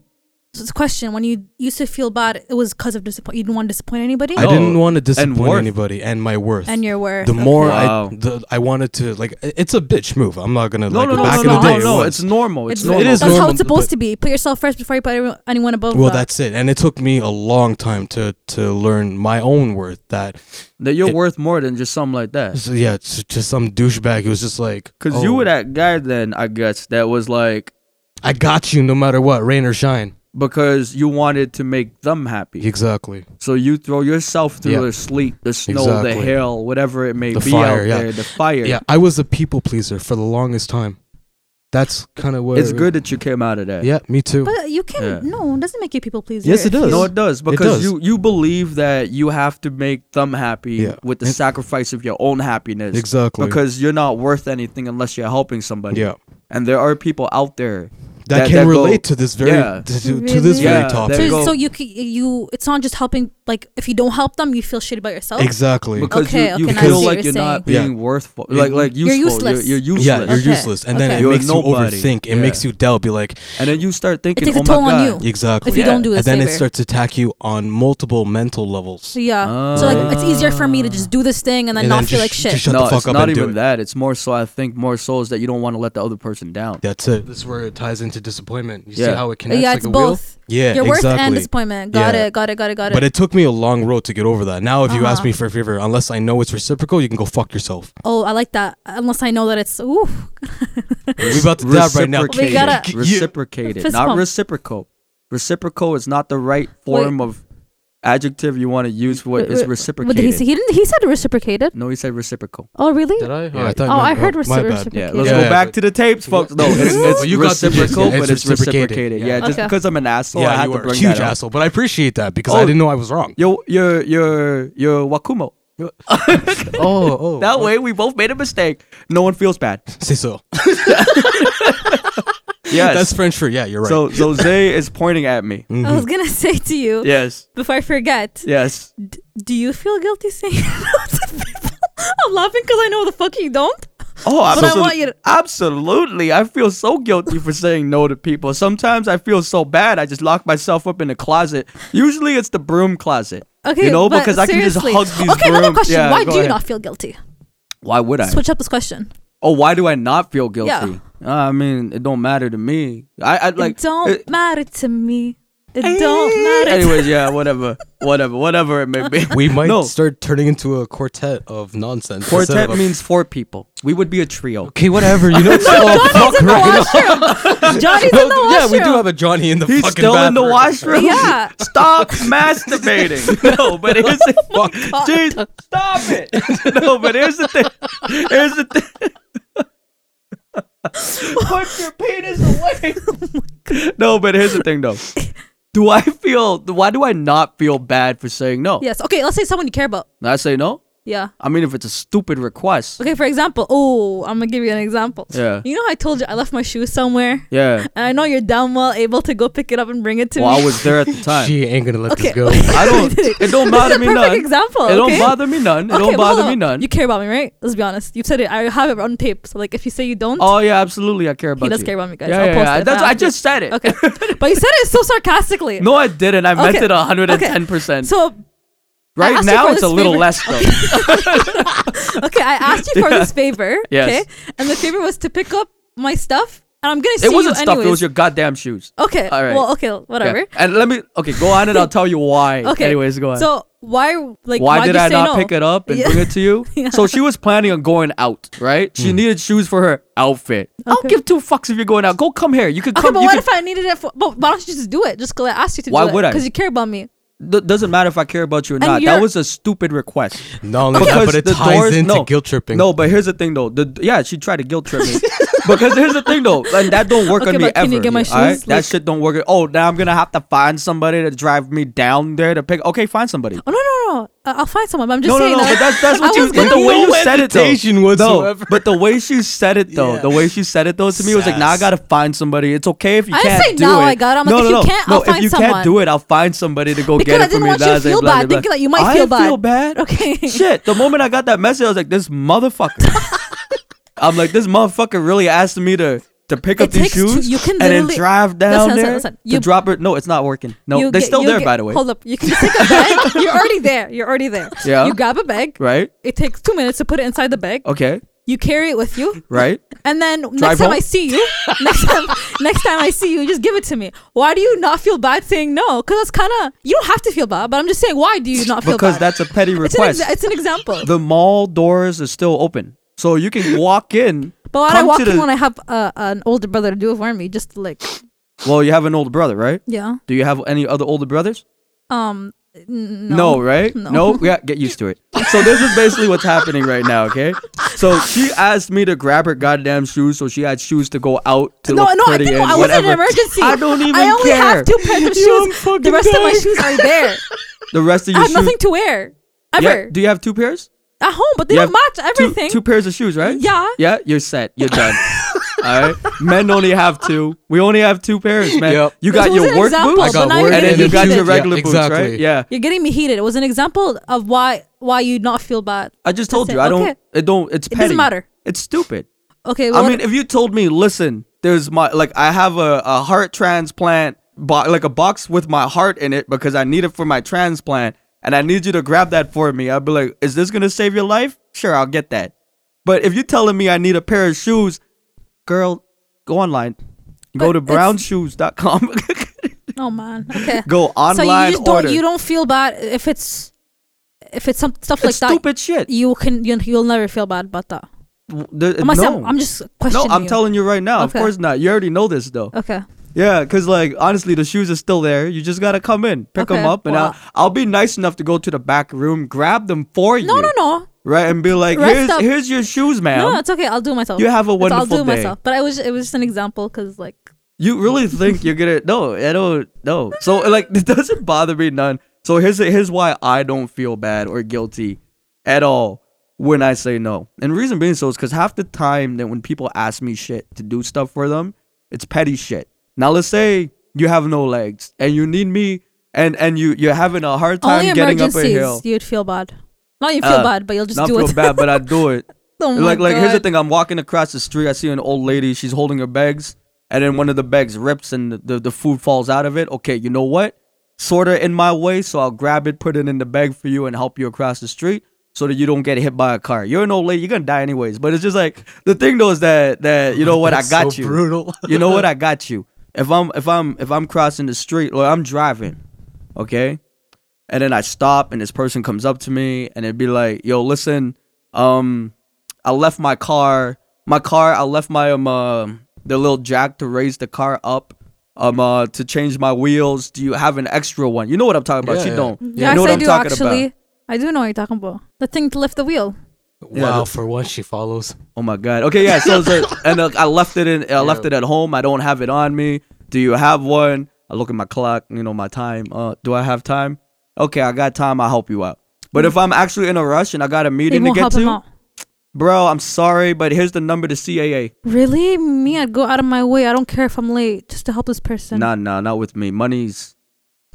S2: so it's a question. When you used to feel bad, it was because of disappointment. You didn't want to disappoint anybody,
S3: I didn't want to disappoint
S1: Oh, worth.
S3: anybody and my worth.
S2: and your worth.
S3: the more
S1: Wow.
S3: I, the, I wanted to like, i- it's a bitch move. I'm not gonna
S1: No,
S3: like
S1: no, no,
S3: back
S1: no,
S3: in
S1: no,
S3: the day.
S1: no,
S3: it
S1: no,
S3: was.
S1: It's normal. It's,
S3: It
S1: normal.
S3: is
S2: That's how
S3: normal,
S2: it's supposed
S3: but-
S2: to be. Put yourself first before you put everyone- anyone above.
S3: Well,
S2: that.
S3: that's it, and it took me a long time to to learn my own worth. That
S1: That you're
S3: It-
S1: worth more than just something like that.
S3: so yeah, it's just some douchebag who was just like,
S1: Cause
S3: oh,
S1: you were that guy then, I guess, that was like
S3: I got you no matter what, rain or shine."
S1: because you wanted to make them happy.
S3: Exactly.
S1: So you throw yourself through
S3: Yeah.
S1: the sleet, the snow, the
S3: Exactly.
S1: hail, whatever it may
S3: The
S1: be
S3: fire,
S1: out
S3: yeah.
S1: there, the fire.
S3: Yeah, I was a people pleaser for the longest time. That's kind of what.
S1: It's good that you came out of that.
S3: Yeah, me too.
S2: But you can
S1: Yeah.
S2: no, it doesn't make you people pleaser.
S3: Yes, it
S2: if you-
S3: does.
S1: No, it does because
S3: does.
S1: you you believe that you have to make them happy
S3: Yeah.
S1: with the
S3: And-
S1: sacrifice of your own happiness.
S3: Exactly.
S1: Because you're not worth anything unless you're helping somebody.
S3: Yeah.
S1: And there are people out there
S3: that, can
S1: go-
S3: relate to this very
S1: Yeah.
S3: to, to this
S2: Really?
S1: Yeah,
S3: very topic.
S1: There you
S2: So,
S1: go.
S2: so you c- you it's not just helping. Like if you don't help them, you feel shit about yourself.
S3: Exactly.
S1: because
S2: Okay,
S1: you, you
S2: okay, now I see
S1: feel
S2: what
S1: like
S2: you're
S1: you're not
S3: saying.
S1: being
S3: Yeah.
S1: worthful, like like
S2: You're
S1: useful.
S2: useless.
S1: You're, you're useless.
S3: Yeah, you're
S2: Okay,
S3: useless, and then
S2: okay.
S3: it
S1: You're
S3: makes
S1: nobody.
S3: you overthink. It
S1: Yeah.
S3: makes you doubt. Be like,
S1: and then you start thinking,
S2: takes a
S1: oh
S2: toll
S1: my
S2: on
S1: god,
S2: you.
S3: exactly.
S2: If you don't do
S3: and
S2: this
S3: then it
S2: labor.
S3: starts to attack you on multiple mental levels.
S2: So, yeah. so like it's easier for me to just do this thing and then
S3: And
S2: not
S3: then
S2: feel
S3: just-
S2: like shit.
S3: just shut
S1: no,
S3: the
S1: it's
S3: fuck up
S1: not
S3: and do
S1: even
S3: it.
S1: that. It's more so. I think more so is that you don't want to let the other person down.
S3: That's it. This is where it ties into disappointment. You
S1: Yeah.
S3: see how it
S2: yeah,
S3: connects like
S2: it's
S3: a
S2: both.
S3: wheel? Yeah,
S2: Your worth
S3: exactly.
S2: and disappointment. Got
S3: Yeah.
S2: it. Got it. Got it. Got it.
S3: But it took me a long road to get over that. Now, if you ask
S2: Uh-huh.
S3: me for a favor, unless I know it's reciprocal, you can go fuck yourself.
S2: oh, I like that. Unless I know that it's ooh.
S3: we about to dab right now.
S2: We gotta-
S3: You-
S1: reciprocated,
S2: Fist
S1: not
S2: bump.
S1: reciprocal. Reciprocal is not the right form of adjective you want to use for it. It's
S2: Wait, What did he say?
S1: reciprocated.
S2: He didn't. He said reciprocated.
S1: No, he said reciprocal.
S2: Oh really?
S3: Did I?
S1: Yeah.
S3: thought you
S2: Oh,
S3: meant-
S2: I heard
S3: my bad.
S2: reciprocated.
S1: Yeah,
S2: Okay.
S1: let's
S3: Yeah,
S1: go
S3: yeah,
S1: back
S3: but-
S1: to the tapes, folks. No, it's, it's
S3: Well, you got the gist,
S1: reciprocal,
S3: yeah.
S1: but it's
S3: It's
S1: reciprocated.
S3: reciprocated,
S1: Yeah,
S3: yeah.
S1: just
S2: Okay.
S1: because I'm an asshole, Oh, I
S3: Yeah,
S1: had
S3: you
S1: to
S3: were a
S1: bring
S3: huge
S1: that up.
S3: asshole, but I appreciate that because
S1: Oh.
S3: I didn't know I was wrong.
S1: Yo, you're you're you're Wakumo.
S3: Oh, oh.
S1: That way, we both made a mistake. No one feels bad.
S3: Say so.
S1: Yes.
S3: That's French for yeah. You're right. Mm.
S1: So so Zay is pointing at me.
S2: I was gonna say to you
S1: Yes.
S2: before I forget.
S1: Yes.
S2: D- do you feel guilty saying no to people? I'm laughing because I know the fuck you don't.
S1: Oh,
S2: But I
S1: absolutely.
S2: want you to-
S1: absolutely. I feel so guilty for saying no to people. Sometimes I feel so bad. I just lock myself up in a closet. Usually it's the broom closet.
S2: Okay,
S1: You know,
S2: but
S1: because I can just
S2: seriously.
S1: hug these
S2: Okay, another
S1: brooms.
S2: question.
S1: Yeah,
S2: Why
S1: go
S2: do you
S1: ahead.
S2: not feel guilty?
S1: Why would I?
S2: Switch up this question.
S1: Oh, why do I not feel guilty?
S2: Yeah.
S1: Uh, I mean, it don't matter to me. I, I like
S2: it don't
S1: it-
S2: matter to me. It don't matter.
S1: Anyways, yeah, whatever, whatever, whatever it may be.
S3: We might
S1: no
S3: start turning into a quartet of nonsense. instead
S1: quartet
S3: of a-
S1: means four people. We would be a trio.
S3: okay, whatever. You know, it's all fuck
S2: to
S3: right now.
S2: the washroom. Johnny's in the
S3: No,
S2: washroom.
S3: yeah, we do have a Johnny in the
S1: He's
S3: fucking
S1: still in the
S3: bathroom.
S1: washroom.
S2: Yeah.
S1: Stop masturbating. No, but here's the Jeez, stop it. No, but here's the thing. Here's the thing. Put your penis away.
S2: Oh
S1: no, but here's the thing though. Do I feel? Why do I not feel bad for saying no?
S2: Yes. Okay. Let's say someone you care about.
S1: Did I say no.
S2: Yeah.
S1: I mean, if it's a stupid request.
S2: Okay. For example. Oh, I'm gonna give you an example.
S1: Yeah.
S2: You know, how I told you I left my shoes somewhere.
S1: Yeah.
S2: And I know you're damn well able to go pick it up and bring it to
S1: Well,
S2: me.
S1: I was there at the time.
S3: She ain't gonna let
S2: okay.
S3: this go.
S1: I don't. It don't
S2: This is
S1: bother
S2: a
S1: me
S2: perfect
S1: none.
S2: example,
S1: It don't
S2: okay?
S1: bother me none. It
S2: Okay,
S1: don't
S2: well, hold
S1: bother me
S2: on.
S1: none.
S2: You care about me, right? Let's be honest. You've said it. I have it on tape. So like, if you say you don't,
S1: Oh yeah, absolutely. I care about
S2: does
S1: you.
S2: care about me, guys.
S1: Yeah,
S2: I'll
S1: yeah,
S2: post
S1: yeah.
S2: it if
S1: That's,
S2: I
S1: I
S2: have to.
S1: just said it.
S2: okay. but you said it so sarcastically.
S1: No, I didn't. I meant
S2: Okay.
S1: it 110%.
S2: So I
S1: right
S2: asked you
S1: now,
S2: for
S1: it's a
S2: this
S1: little
S2: favor.
S1: less, though.
S2: okay, I asked you for this favor.
S1: Yes.
S2: Okay. And the favor was to pick up my stuff, and I'm gonna see
S1: it wasn't
S2: you
S1: stuff. It
S2: anyways.
S1: was your goddamn shoes.
S2: Okay.
S1: All right.
S2: Well, okay,
S1: Yeah.
S2: whatever.
S1: And let me, okay, go on and I'll tell you why.
S2: Okay.
S1: Anyways, go on.
S2: So why, like,
S1: why
S2: why'd
S1: did
S2: you
S1: I
S2: say
S1: not
S2: no?
S1: pick it up and
S2: Yeah. Hmm.
S1: bring it to you? So she was planning on going out, right? She needed shoes for her outfit. I don't
S2: Okay.
S1: give two fucks if you're going out. Go come here. You could
S2: Okay,
S1: come.
S2: but
S1: you
S2: what
S1: could-
S2: if I needed it for? But why don't you just do it? Just 'cause I asked you to
S1: Why
S2: do it.
S1: would I?
S2: Because you care about me.
S1: D- doesn't matter if I care about you or not. That
S2: you're-
S1: was a stupid request.
S3: Not only that, but it ties into guilt tripping.
S1: No, but here's the thing though. The, yeah, she tried to guilt trip me. because here's the thing though, and that don't work
S2: Okay,
S1: on me
S2: but
S1: ever.
S2: can you get my
S1: alright?
S2: shoes?
S1: that
S2: Like-
S1: shit don't work. Oh, now I'm gonna have to find somebody to drive me down there to pick. Okay, find somebody.
S2: Oh no, no, no. Uh, I'll find someone. But I'm just
S1: No, no,
S2: saying.
S1: no,
S2: that-
S1: but that's that's what
S2: I
S1: you.
S2: was
S1: But the
S2: gonna-
S1: way you
S3: No
S1: said it
S3: hesitation
S1: though, no,
S3: whatsoever.
S1: but the way she said it though,
S3: Yeah.
S1: the way she said it though to me was like, now I
S3: Sass.
S1: gotta find somebody. It's okay if you
S2: I didn't
S1: can't
S2: say
S1: do
S2: no,
S1: it.
S2: I got it. I'm
S1: no,
S2: like,
S1: no,
S2: if you
S1: no,
S2: can't,
S1: no,
S2: I'll
S1: if
S2: find
S1: you
S2: someone.
S1: can't do it, I'll find somebody to go
S2: Because
S1: get
S2: I
S1: it for
S2: didn't
S1: me.
S2: want you
S1: Blah,
S2: to
S1: blah,
S2: feel
S1: blah,
S2: bad,
S1: blah.
S2: thinking that you might
S1: I
S2: feel
S1: didn't feel bad.
S2: Okay.
S1: Shit. The moment I got that message, I was like, this motherfucker. I'm like, this motherfucker really asked me to to pick up
S2: It
S1: these
S2: takes two-
S1: shoes
S2: you can
S1: and then
S2: literally-
S1: drive down
S2: Listen, listen,
S1: there
S2: listen.
S1: to
S2: You-
S1: drop it. No, it's not working. No,
S2: You
S1: they're
S2: get-
S1: still
S2: you
S1: there,
S2: get-
S1: by the way.
S2: Hold up. You can take a bag. You're already there. You're already there.
S1: Yeah.
S2: You grab a bag.
S1: Right?
S2: It takes two minutes to put it inside the bag.
S1: Okay.
S2: You carry it with you.
S1: Right?
S2: And then next
S1: Drive
S2: time
S1: home?
S2: I see you, next time, next time I see you, just give it to me. Why do you not feel bad saying no? Because it's kind of you don't have to feel bad, but I'm just saying why do you not feel
S1: Because
S2: bad?
S1: that's a petty
S2: it's an,
S1: request.
S2: exa- it's an example.
S1: the mall doors are still open. So you can walk in.
S2: but why do I
S1: come
S2: walk
S1: to
S2: in
S1: the-
S2: when I have uh, an older brother to do it for me? Just to, like
S1: Well, you have an older brother, right?
S2: yeah,
S1: Do you have any other older brothers?
S2: um, n-
S1: No, right?
S2: No.
S1: yeah, get used to it. So this is basically what's happening right now, okay? So she asked me to grab her goddamn shoes, so she had shoes to go out to
S2: no,
S1: look
S2: no. I
S1: pretty
S2: think
S1: and
S2: I was in
S1: whatever.
S2: an emergency.
S1: I don't even
S2: I only
S1: care.
S2: have two pairs of
S3: I'm
S2: shoes. The
S3: fucking
S2: rest of my
S3: dying.
S2: shoes are there.
S1: the rest of
S2: I
S1: your
S2: have
S1: shoes.
S2: nothing to wear ever
S1: Yeah, do you have two pairs?
S2: at home, but they
S1: You
S2: don't
S1: have
S2: match everything.
S1: Two, two pairs of shoes, right?
S2: Yeah.
S1: Yeah, you're set. You're done. All right. Men only have two. We only have two pairs, man.
S3: Yep.
S1: You got
S2: This was
S1: your
S2: an
S1: work
S2: example,
S1: boots,
S2: but now you're
S1: and then
S2: getting
S1: you got
S2: heated.
S1: your regular
S3: Yeah,
S1: boots,
S3: exactly.
S1: right? Yeah.
S2: You're getting me heated. It was an example of why why you not feel bad.
S1: I just told
S2: That's
S1: you.
S2: it.
S1: I don't.
S2: Okay.
S1: It don't. It's petty.
S2: doesn't matter.
S1: It's stupid.
S2: Okay, well,
S1: I mean, if you told me, listen, there's my like I have a, a heart transplant bo- like a box with my heart in it because I need it for my transplant and I need you to grab that for me. I'd be like, is this gonna save your life? Sure, I'll get that. But if you're telling me I need a pair of shoes, girl, go online. Go to
S2: But it's-
S1: brownshoes.com.
S2: oh man, okay.
S1: go
S2: so
S1: online
S2: you just
S1: order.
S2: don't you don't feel bad if it's if it's some stuff like
S1: it's
S2: that.
S1: stupid shit.
S2: You can you, you'll never feel bad about that.
S1: The-
S2: I'm, not saying-
S1: no.
S2: I'm just
S1: no,
S2: questioning.
S1: I'm
S2: you.
S1: telling you right now. Of
S2: Okay.
S1: course not. You already know this though.
S2: Okay.
S1: Yeah, cause like honestly, the shoes are still there. You just gotta come in, pick
S2: Okay,
S1: them up, and
S2: well-
S1: I'll I'll be nice enough to go to the back room, grab them for you.
S2: No, no, no.
S1: Right, and be like,
S2: Rest
S1: here's
S2: up.
S1: here's your shoes, ma'am.
S2: No, it's okay. I'll do it myself.
S1: You have a
S2: It's-
S1: wonderful
S2: I'll do it
S1: day.
S2: myself. But I was it was just an example because like
S1: you really think you're gonna? No, I don't. No. So like, it doesn't bother me none. So here's here's why I don't feel bad or guilty at all when I say no. And reason being so is because half the time that when people ask me shit to do stuff for them, it's petty shit. Now let's say you have no legs and you need me, and and you you're having a hard time
S2: only
S1: getting up a hill.
S2: emergencies you'd feel bad. Not you feel
S1: Uh,
S2: bad, but you'll just
S1: not
S2: do
S1: feel
S2: it.
S1: bad, but I do it.
S2: Oh my
S1: like, like here's the
S2: God.
S1: thing. I'm walking across the street. I see an old lady. She's holding her bags, and then one of the bags rips, and the, the, the food falls out of it. Okay, you know what? Sorta in my way, so I'll grab it, put it in the bag for you, and help you across the street, so that you don't get hit by a car. You're an old lady. You're gonna die anyways. But it's just like the thing though is that that you know what? I
S3: That's
S1: got
S3: so
S1: you.
S3: brutal.
S1: you know what? I got you. If I'm if I'm if I'm crossing the street or I'm driving, okay, and then I stop and this person comes up to me and it'd be like, yo, listen, um, I left my car, my car, I left my um uh, the little jack to raise the car up. Um, uh, to change my wheels, do you have an extra one? You know what I'm talking about.
S3: Yeah,
S1: she
S3: yeah.
S1: don't.
S2: Yes,
S1: you know what
S2: Mm-hmm. I
S1: am
S2: do
S1: talking
S2: actually.
S1: about.
S2: I do know what you're talking about. The thing to lift the wheel.
S3: Wow,
S1: the-
S3: for once she follows.
S1: Oh my god. Okay, yeah. So, so and uh, I left it in. I left it at home. I don't have it on me. Do you have one? I look at my clock. You know my time. Uh, do I have time? Okay, I got time. I'll help you out. But if I'm actually in a rush and I got a
S2: It
S1: meeting to
S2: Mm. won't
S1: get
S2: help him
S1: to,
S2: out.
S1: bro, I'm sorry, but here's the number to CAA.
S2: Really? Me, I'd go out of my way. I don't care if I'm late, just to help this person.
S1: Nah, nah, not with me. Money's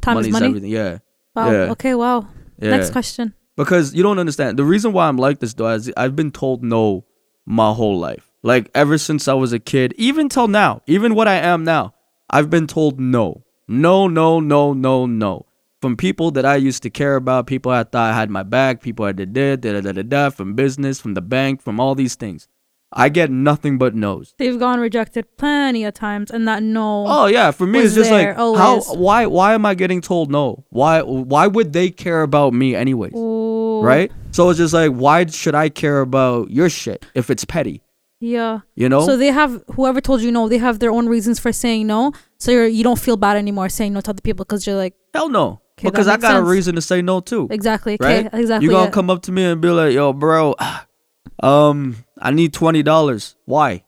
S2: Time
S1: money's
S2: is money.
S1: everything. Yeah,
S2: Wow.
S1: Yeah.
S2: Okay. Wow.
S1: yeah.
S2: Next question.
S1: because you don't understand the reason why i'm like this though is i've been told no my whole life like ever since i was a kid even till now even what i am now i've been told no no no no no no from people that i used to care about people i thought had my back people i did da da da da da from business from the bank from all these things i get nothing but no's
S2: They've gone rejected plenty of times, and that no.
S1: Oh yeah, for me
S2: was
S1: it's just
S2: there
S1: like how
S2: always.
S1: why why am I getting told no? Why why would they care about me anyways?
S2: Ooh.
S1: Oh. right? So it's just like, why should I care about your shit if it's petty?
S2: Yeah.
S1: You know?
S2: So they have whoever told you no, they have their own reasons for saying no. So you're you don't feel bad anymore saying no to other people because you're like
S1: Hell no.
S2: 'Kay, that
S1: Because I
S2: makes
S1: got a
S2: sense.
S1: reason to say no too.
S2: exactly okay
S1: Right?
S2: exactly.
S1: You gonna
S2: yeah.
S1: come up to me and be like, yo, bro, um, I need twenty dollars. Why?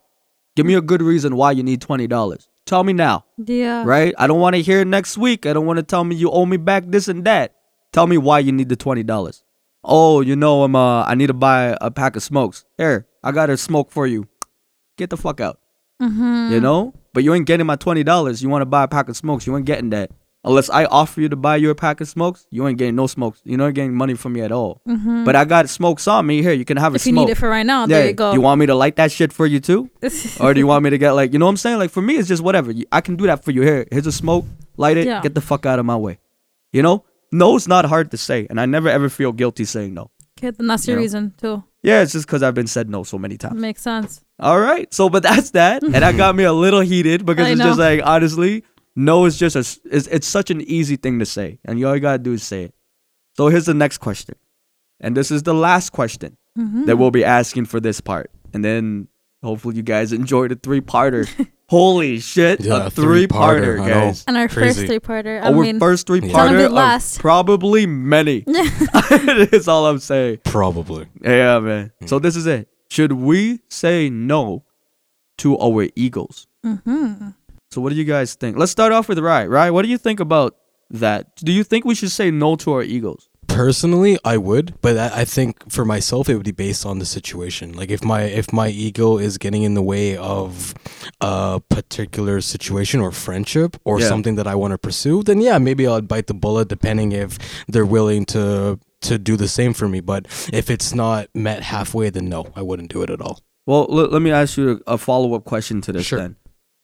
S1: Give me a good reason why you need twenty dollars. Tell me now.
S2: Yeah.
S1: Right? I don't wanna hear it next week. I don't wanna tell me you owe me back this and that. Tell me why you need the twenty dollars. Oh, you know, I'm uh I need to buy a pack of smokes. Here, I got a smoke for you. Get the fuck out.
S2: Mm-hmm.
S1: you know but you ain't getting my $20 you want to buy a pack of smokes you ain't getting that unless i offer you to buy you a pack of smokes you ain't getting no smokes you ain't getting money from me at all but i got smokes on me here you can have a
S2: Mm-hmm. If you
S1: smoke
S2: need it for right now, there
S1: Yeah,
S2: you go.
S1: you want me to light that shit for you too or do you want me to get like you know what i'm saying like for me it's just whatever You- i can do that for you here here's a smoke light it
S2: Yeah.
S1: get the fuck out of my way you know no it's not hard to say and i never ever feel guilty saying no
S2: okay, then that's
S1: you
S2: your
S1: know.
S2: reason too.
S1: yeah it's just because i've been said no so many times
S2: Makes sense.
S1: all right. So, but that's that, and that got me a little heated because
S2: I
S1: it's just
S2: know.
S1: like honestly, no is just a s- it's, it's such an easy thing to say, and you all you gotta do is say it. So here's the next question, and this is the last question
S2: Mm-hmm.
S1: that we'll be asking for this part, and then hopefully you guys enjoy the three parter. Holy shit,
S3: Yeah,
S1: a
S3: a
S1: three
S3: three-parter,
S1: parter,
S3: I know.
S1: guys.
S2: And our first
S3: Crazy.
S2: three parter. I
S1: Our
S2: mean,
S1: Oh, first three
S2: It's gonna be
S1: parter of
S2: last.
S1: probably many. That's all I'm saying.
S3: Probably.
S1: Yeah, man.
S3: Mm.
S1: So this is it. Should we say no to our egos? Mm-hmm. So what do you guys think? Let's start off with Rye. Rye, what do you think about that? Do you think we should say no to our egos?
S3: Personally, I would, but I, I think for myself, it would be based on the situation. Like if my if my ego is getting in the way of a particular situation or friendship or
S1: Yeah.
S3: something that I want to pursue, then yeah, maybe I'll bite the bullet. Depending if they're willing to to do the same for me, but if it's not met halfway, then no, I wouldn't do it at all.
S1: Well, l- let me ask you a follow up question to this
S3: Sure.
S1: then.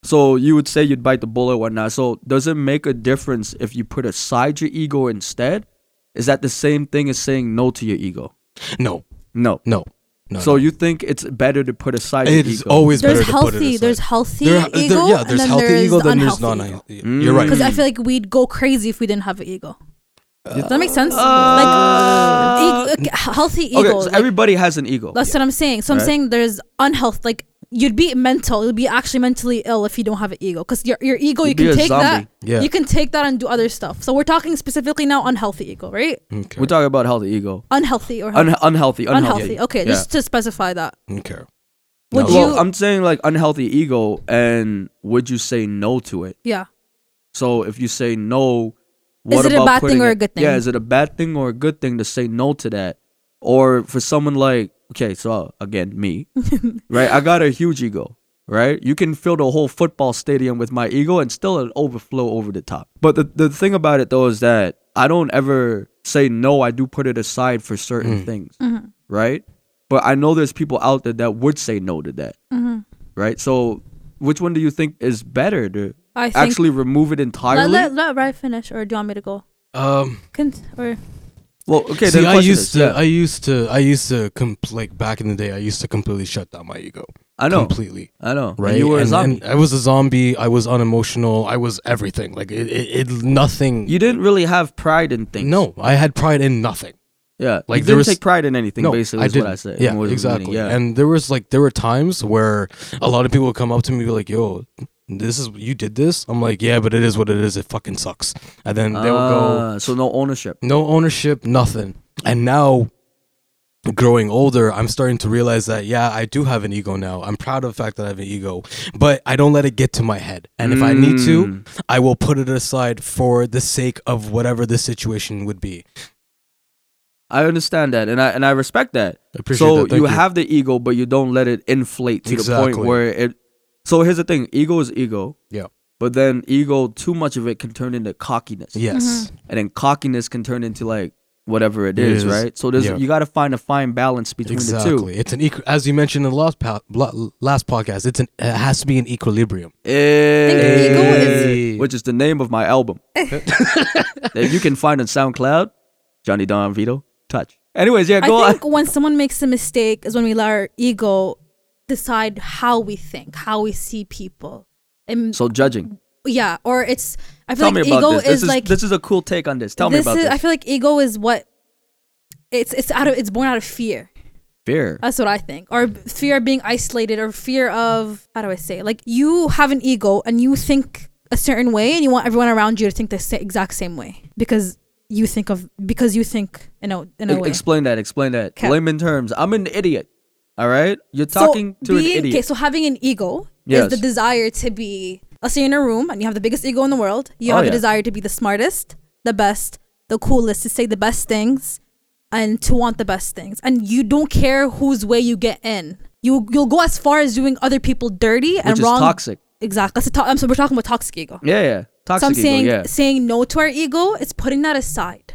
S1: So you would say you'd bite the bullet, whatnot. So does it make a difference if you put aside your ego instead? Is that the same thing as saying no to your ego?
S3: No,
S1: No.
S3: no, no.
S1: So
S3: no.
S1: you think it's better to put aside
S3: it
S1: your
S3: is
S1: ego?
S3: always
S2: there's
S3: better to put it
S2: healthy,
S3: aside.
S2: there's healthy
S3: There- there-
S2: ego,
S3: yeah,
S2: and
S3: there's
S2: then
S3: healthy
S2: there's
S3: ego, then there's
S2: unhealthy
S3: non.
S2: ego.
S3: You're right.
S2: Because I feel like we'd go crazy if we didn't have an ego. Does that make sense? like, ego, healthy ego.
S1: Uh, okay, so
S2: like,
S1: everybody has an ego.
S2: That's what I'm saying. So I'm
S1: Right. you're
S2: saying there's unhealth. Like you'd be mental, you'd be actually mentally ill if you don't have an ego. Because your your ego,
S1: You'd
S2: you
S1: be a
S2: can take
S1: zombie.
S2: that.
S3: Yeah.
S2: You can take that and do other stuff. So we're talking specifically now unhealthy ego, right?
S3: Mm, Okay.
S1: We're talking about healthy ego.
S2: Unhealthy or
S1: Un- unhealthy, unhealthy.
S2: unhealthy. Okay,
S1: Yeah.
S2: just to specify that.
S3: mm, Okay.
S2: Would
S3: No.
S1: well,
S2: you?
S1: I'm saying like unhealthy ego, and would you say no to it?
S2: yeah.
S1: So if you say no, what
S2: it a
S1: about
S2: bad thing
S1: putting
S2: or a
S1: it-
S2: good thing?
S1: Yeah, is it a bad thing or a good thing to say no to that? Or for someone like okay, so again me, right? I got a huge ego, right? You can fill the whole football stadium with my ego, and still it overflow over the top. But the the thing about it though is that
S2: Mm-hmm.
S1: I don't ever say no. I do put it aside for certain things, right? But I know there's people out there that would say no to that.
S2: Mm-hmm.
S1: Right? So which one do you think is better to
S2: I think-
S1: actually remove it entirely?
S2: Let, let, let Rai finish, or do you want me to go?
S3: Um,
S2: Can, or
S1: well, okay,
S3: see,
S1: the
S3: I
S1: question
S3: used
S1: is,
S3: to,
S1: yeah,
S3: I used to, I used to, compl- like back in the day, I used to completely shut down my ego.
S1: I know.
S3: completely.
S1: I know. And
S3: Right,
S1: You were a
S3: And-
S1: zombie.
S3: and I was a zombie. I was unemotional. I was everything. Like it, it, it nothing.
S1: you didn't really have pride in things.
S3: no, I had pride in nothing.
S1: Yeah.
S3: Like,
S1: you
S3: there
S1: didn't
S3: was-
S1: take pride in anything, basically, is what I
S3: didn't.
S1: said.
S3: Yeah,
S1: what it was meaning,
S3: exactly.
S1: Yeah.
S3: And there was like there were times where a lot of people would come up to me and be like, "Yo, this is you did this." I'm like, "Yeah, but it is what it is. It fucking sucks." And then they would go,
S1: Ah, so no ownership.
S3: "No ownership, nothing." And now growing older, I'm starting to realize that yeah, I do have an ego now. I'm proud of the fact that I have an ego, but I don't let it get to my head. And if I need
S1: Mm.
S3: to, I will put it aside for the sake of whatever the situation would be.
S1: I understand that, and I and I respect that.
S3: Appreciate
S1: so
S3: that, thank
S1: you
S3: you.
S1: have the ego, but you don't let it inflate to the
S3: Exactly.
S1: point where it. So here's the thing: ego is ego,
S3: Yeah.
S1: but then ego, too much of it can turn into cockiness,
S3: Yes.
S1: and then cockiness can turn into like whatever it is,
S3: is.
S1: right? So there's
S3: Yeah.
S1: you got to find a fine balance between the two.
S3: Exactly. It's an equ- as you mentioned in the last po- blo- last podcast. It's an it has to be an equilibrium.
S2: ego is-
S1: Hey. which is the name of my album that you can find on SoundCloud. Johnny Don Vito, touch. Anyways, yeah, go
S2: I
S1: on.
S2: think when someone makes a mistake is when we let our ego decide how we think, how we see people. And
S1: So judging.
S2: yeah, or it's I feel
S1: Tell
S2: like
S1: me about
S2: ego
S1: this.
S2: is,
S1: This is
S2: like
S1: this is a cool take on this. Tell me
S2: this
S1: about
S2: is
S1: this.
S2: I feel like ego is what it's it's out of it's born out of fear.
S1: Fear.
S2: That's what I think. Or b- fear of being isolated or fear of how do I say? it? Like you have an ego and you think a certain way and you want everyone around you to think the sa- exact same way because you think of because you think in a in
S1: E-
S2: a way.
S1: explain that. Explain that.
S2: Okay.
S1: Layman terms. I'm an idiot. All right. You're talking
S2: so
S1: to
S2: being,
S1: an
S2: Okay,
S1: idiot.
S2: so having an ego
S1: Yes.
S2: is the desire to be. Let's say you're in a room and you have the biggest ego in the world. You
S1: Oh,
S2: have
S1: yeah.
S2: the desire to be the smartest, the best, the coolest, to say the best things, and to want the best things. And you don't care whose way you get in. You you'll go as far as doing other people dirty and
S1: is
S2: wrong.
S1: toxic.
S2: Exactly. That's a to- I'm so we're talking about toxic ego.
S1: Yeah, yeah. Toxic
S2: so I'm
S1: ego.
S2: saying
S1: yeah.
S2: saying no to our ego is putting that aside,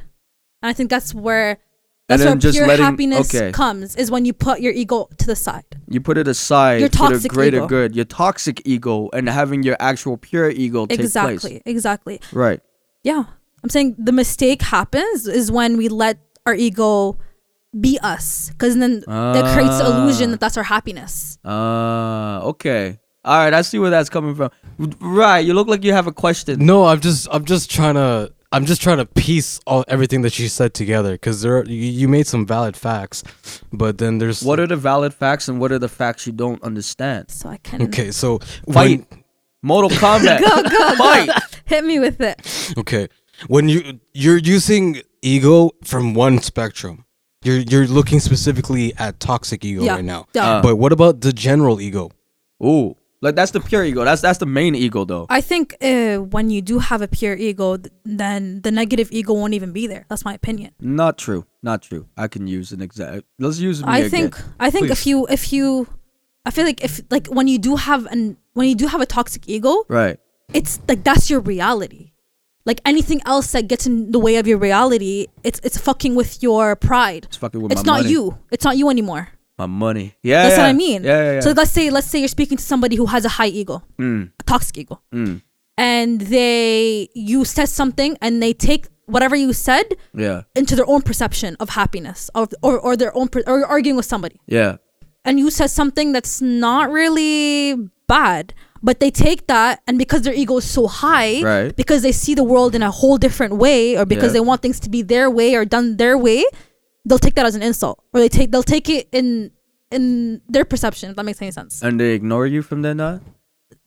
S2: and I think that's where.
S1: And
S2: That's
S1: then
S2: where
S1: just
S2: pure
S1: letting-
S2: happiness
S1: okay.
S2: comes is when you put your ego to the side.
S1: You put it aside
S2: Your
S1: for the
S2: toxic
S1: greater
S2: ego.
S1: good. Your toxic ego and having your actual pure ego take
S2: exactly
S1: place.
S2: exactly
S1: Right.
S2: yeah i'm saying the mistake happens is when we let our ego be us because then that creates the illusion that that's our happiness
S1: Uh okay. All right. I see where that's coming from. Right. You look like you have a question.
S3: No, I'm just I'm just trying to I'm just trying to piece all everything that she said together because there are, you, you made some valid facts, but then there's
S1: What are the valid facts and what are the facts you don't understand?
S2: so i can
S3: okay. So
S1: Fight.
S3: when-
S1: Mortal Kombat.
S2: go go
S1: Fight.
S2: go hit me with it
S3: okay, when you you're using ego from one spectrum. You're, you're looking specifically at toxic ego
S2: Yeah,
S3: right now.
S2: yeah. Uh.
S3: But what about the general ego?
S1: Ooh, like that's the pure ego. That's that's the main ego though.
S2: i think uh, when you do have a pure ego th- then the negative ego won't even be there that's my opinion
S1: Not true. Not true. I can use an exact. Let's use me
S2: I
S1: again.
S2: think I think if
S3: Please.
S2: you if you I feel like if like when you do have an when you do have a toxic ego,
S1: Right.
S2: it's like that's your reality. Like anything else that gets in the way of your reality, it's it's fucking with your pride. It's
S1: fucking with
S2: It's
S1: my
S2: not
S1: money.
S2: you. It's not you anymore.
S1: My money. Yeah.
S2: That's what
S1: yeah.
S2: I mean.
S1: Yeah. yeah, Mm, yeah.
S2: So let's say let's say you're speaking to somebody who has a high ego, a toxic ego,
S1: mm.
S2: and they you said something and they take whatever you said
S1: yeah.
S2: into their own perception of happiness or or, or their own per, or you're arguing with somebody
S1: Yeah.
S2: and you said something that's not really bad but they take that and because their ego is so high
S1: Right.
S2: because they see the world in a whole different way or because
S1: Yeah.
S2: they want things to be their way or done their way they'll take that as an insult or they take they'll take it in in their perception if that makes any sense
S1: And they ignore you from then on.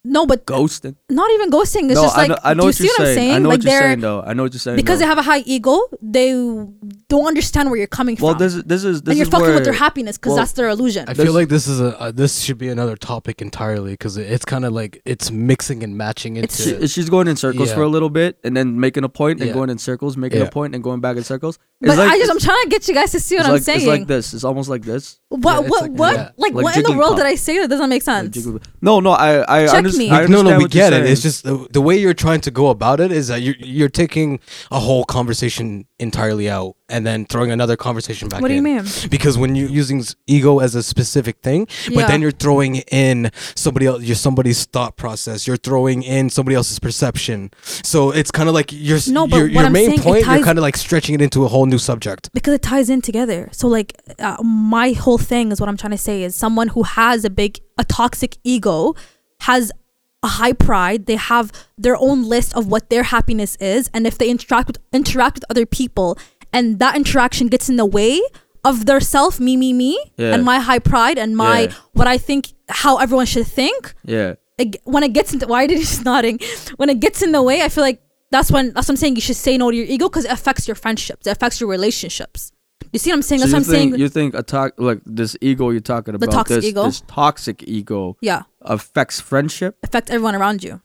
S2: no but
S1: Ghosting.
S2: not even ghosting it's
S1: no,
S2: just
S1: I
S2: like
S1: know. I know
S2: do you
S1: what
S2: see
S1: you're
S2: what i'm
S1: saying.
S2: saying
S1: I know
S2: like
S1: what you're
S2: they're
S1: saying though. I know what you're saying.
S2: because
S1: though.
S2: they have a high ego they don't understand where you're coming
S1: well,
S2: from
S1: this is this is this
S2: and you're
S1: is
S2: fucking
S1: where,
S2: with their happiness because
S1: well,
S2: that's their illusion
S3: I
S1: There's-
S3: feel like this is a uh, this should be another topic entirely because it's kind of like it's mixing and matching
S2: It's-
S1: She,
S3: into.
S1: she's going in circles
S3: Yeah.
S1: for a little bit and then making a point and
S3: Yeah.
S1: going in circles, making a
S3: Yeah.
S1: point and going back in circles. It's
S2: but
S1: like,
S2: I just, I'm
S1: it's
S2: trying to get you guys to see what
S1: like,
S2: I'm
S1: It's
S2: saying.
S1: like this. It's almost like this.
S2: What?
S3: Yeah, it's
S2: what?
S3: like-
S2: what?
S3: yeah.
S2: Like,
S1: Like
S2: what in the
S1: jigglypuff.
S2: world did I say that doesn't make
S1: Like
S2: sense?
S1: jiggle- No, no. I I
S2: Check
S1: I
S2: me.
S3: no, no,
S1: understand
S3: we
S1: what you're
S3: get it.
S1: saying.
S3: It's just the, the way you're trying to go about it is that you're you're taking a whole conversation entirely out and then throwing another conversation back.
S2: What do you
S3: in.
S2: mean?
S3: Because when you're using s- ego as a specific thing, but
S2: Yeah.
S3: then you're throwing in somebody else, your somebody's thought process. You're throwing in somebody else's perception. So it's kind of like your s-
S2: No, but
S3: your,
S2: what
S3: your
S2: I'm
S3: main
S2: saying, it
S3: point.
S2: ties-
S3: You're kind of like stretching it into a whole new subject.
S2: because it ties in together. So like uh, my whole thing is what I'm trying to say is someone who has a big a toxic ego has a high pride. They have their own list of what their happiness is, and if they interact with, interact with other people, and that interaction gets in the way of their self me me me
S1: Yeah.
S2: and my high pride and my
S1: Yeah.
S2: what I think how everyone should think
S1: Yeah.
S2: it- when it gets into why did you just nodding when it gets in the way i feel like that's when that's what i'm saying you should say no to your ego because it affects your friendships it affects your relationships you see what i'm saying
S1: So
S2: that's
S1: you
S2: what i'm
S1: think
S2: saying
S1: you think a to- like this ego you're talking about
S2: toxic
S1: this,
S2: ego?
S1: this toxic ego
S2: yeah
S1: affects friendship?
S2: affect everyone around you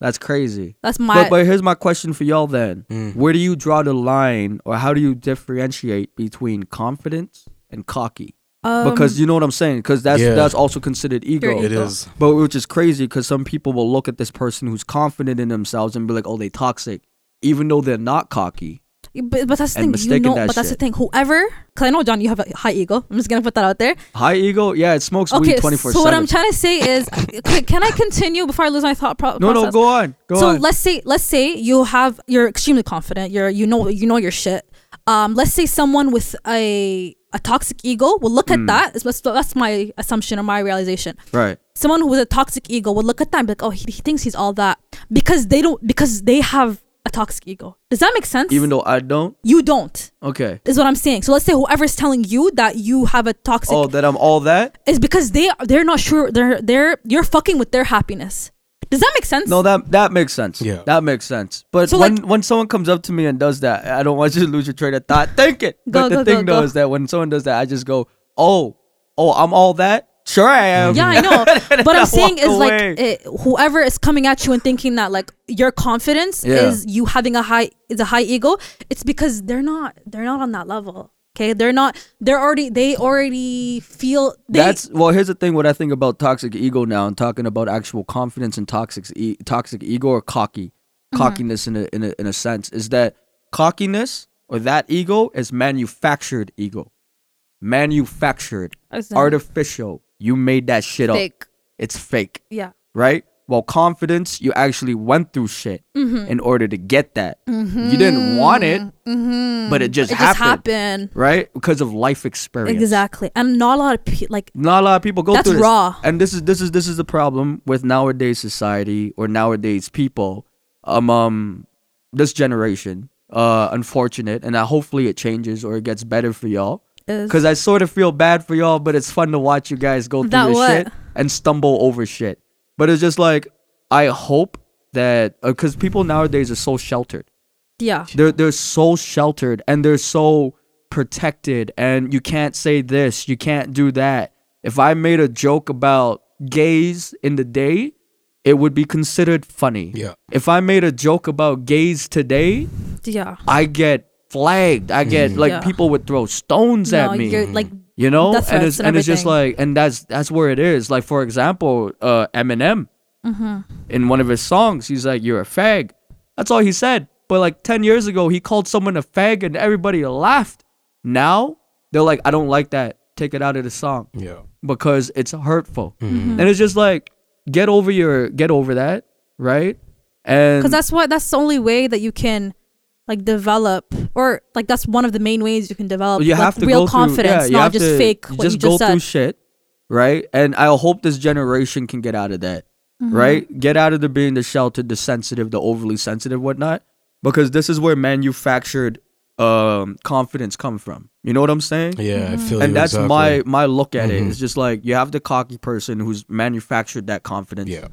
S1: That's crazy.
S2: that's my
S1: but, but here's my question for y'all then.
S3: Mm.
S1: Where do you draw the line or how do you differentiate between confidence and cocky?
S2: Um,
S1: because you know what I'm saying? Because that's
S3: Yeah.
S1: that's also considered ego.
S2: Your
S3: It
S2: ego.
S3: is.
S1: But which is crazy because some people will look at this person who's confident in themselves and be like, oh, they toxic, even though they're not cocky.
S2: but, but that's the
S1: and
S2: thing you
S1: mistaken
S2: know
S1: that
S2: but that's the
S1: shit.
S2: thing whoever because i know john you have a high ego i'm just gonna put that out there
S1: High ego, yeah, it smokes
S2: okay
S1: weed 24
S2: so what
S1: 7.
S2: i'm trying to say is can can i continue before i lose my thought pro-
S1: no, no,
S2: process
S1: go on. Go
S2: so
S1: on.
S2: let's say let's say you have you're extremely confident. You're you know you know your shit. Um, let's say someone with a a toxic ego will look
S1: Hmm.
S2: at that. It's- That's, that's my assumption or my realization.
S1: right.
S2: Someone who with a toxic ego will look at that and be like, oh, he, he thinks he's all that because they don't because they have a toxic ego. Does that make sense?
S1: Even though I don't,
S2: you don't
S1: okay.
S2: is what I'm saying. So let's say whoever's telling you that you have a toxic
S1: Oh, that I'm all that?
S2: is because they they're not sure they're they're you're fucking with their happiness. Does that make sense?
S1: No, that that makes sense.
S3: Yeah.
S1: That makes sense. But
S2: So,
S1: when
S2: like-
S1: when someone comes up to me and does that, I don't want you to lose your train of thought. Think it.
S2: Go,
S1: but the
S2: go, go,
S1: thing though
S2: go.
S1: is that when someone does that, I just go, oh, oh, I'm all that? Sure I am.
S2: Yeah, I know. But
S1: I
S2: I'm saying
S1: walk
S2: is
S1: away.
S2: like it, whoever is coming at you and thinking that like your confidence
S1: Yeah.
S2: is you having a high is a high ego. It's because they're not they're not on that level. Okay, they're not. They're already they already feel they,
S1: That's well. Here's the thing. What I think about toxic ego now, and talking about actual confidence and toxic e- toxic ego or cocky
S2: Mm-hmm.
S1: cockiness in a, in a in a sense is that cockiness or that ego is manufactured ego, manufactured,
S2: I see.
S1: artificial. You made that shit
S2: Fake.
S1: up. It's fake,
S2: yeah.
S1: right? Well, confidence, you actually went through shit
S2: Mm-hmm.
S1: in order to get that. You didn't want it, but it just
S2: Mm-hmm. It just
S1: happened,
S2: happened
S1: right? Because of life experience
S2: exactly, and not a lot of people like
S1: not a lot of people go
S2: That's
S1: through this.
S2: raw.
S1: And this is this is this is the problem with nowadays society or nowadays people, um, um this generation. Uh, unfortunate, and I hopefully it changes or it gets better for y'all.
S2: Is-
S1: Cause I sort of feel bad for y'all, but it's fun to watch you guys go through
S2: That
S1: this
S2: what?
S1: shit and stumble over shit. But it's just like I hope that because people nowadays are so sheltered
S2: yeah.
S1: they're they're so sheltered and they're so protected and you can't say this you can't do that if i made a joke about gays in the day it would be considered funny
S3: Yeah.
S1: if i made a joke about gays today
S2: Yeah.
S1: i get flagged i get like
S2: Yeah.
S1: people would throw stones
S2: No,
S1: at me
S2: you're, like,
S1: you know
S2: death
S1: and
S2: threats
S1: it's
S2: and
S1: and, it's just
S2: everything.
S1: like and that's that's where it is like for example uh eminem
S2: Mm-hmm.
S1: in one of his songs he's like you're a fag that's all he said but like 10 years ago he called someone a fag and everybody laughed now they're like i don't like that take it out of the song
S3: Yeah.
S1: because it's hurtful and it's just like get over your get over that right and
S2: because that's what that's the only way that you can like develop or like that's one of the main ways you can develop
S1: you
S2: like,
S1: have to
S2: real
S1: go
S2: confidence
S1: through, yeah, you
S2: not
S1: have
S2: just
S1: to-
S2: fake what
S1: just
S2: you
S1: go
S2: just
S1: through
S2: said
S1: shit, right? And I hope this generation can get out of that,
S2: Mm-hmm.
S1: right? Get out of the being the sheltered, the sensitive, the overly sensitive, whatnot, because this is where manufactured um, confidence come from. You know what I'm saying?
S3: Yeah, I feel
S1: And
S3: you
S1: that's
S3: exactly. Mm-hmm.
S1: my my look at it. It's just like you have the cocky person who's manufactured that confidence,
S3: Yeah.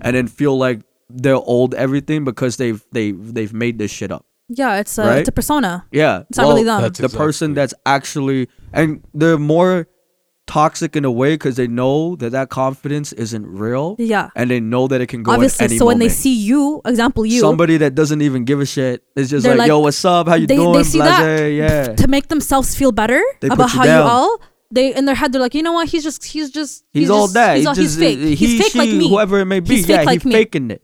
S1: and then feel like they're old everything because they've they have they've made this shit up.
S2: yeah it's a
S1: Right?
S2: it's a persona
S1: Yeah,
S2: It's not really them. That's
S1: the person that's actually and they're more toxic in a way because they know that that confidence isn't real.
S2: Yeah.
S1: and they know that it can go.
S2: obviously
S1: at any
S2: so when they
S1: moment.
S2: see you example you
S1: somebody that doesn't even give a shit, it's just
S2: They're
S1: like,
S2: like-
S1: "Yo, what's up? How you
S2: they,
S1: doing?"
S2: they see
S1: Blase,
S2: that
S1: yeah.
S2: to make themselves feel better
S1: They
S2: about
S1: put you
S2: how you
S1: down.
S2: all they in their head they're like, you know what? He's just he's just
S1: He's, all
S2: just-
S1: that.
S2: He's, all-
S1: He
S2: he's
S1: just-
S2: fake.
S1: He,
S2: he's fake
S1: she,
S2: like me.
S1: Whoever it may be,
S2: He's fake
S1: yeah,
S2: like
S1: he's
S2: me.
S1: faking it,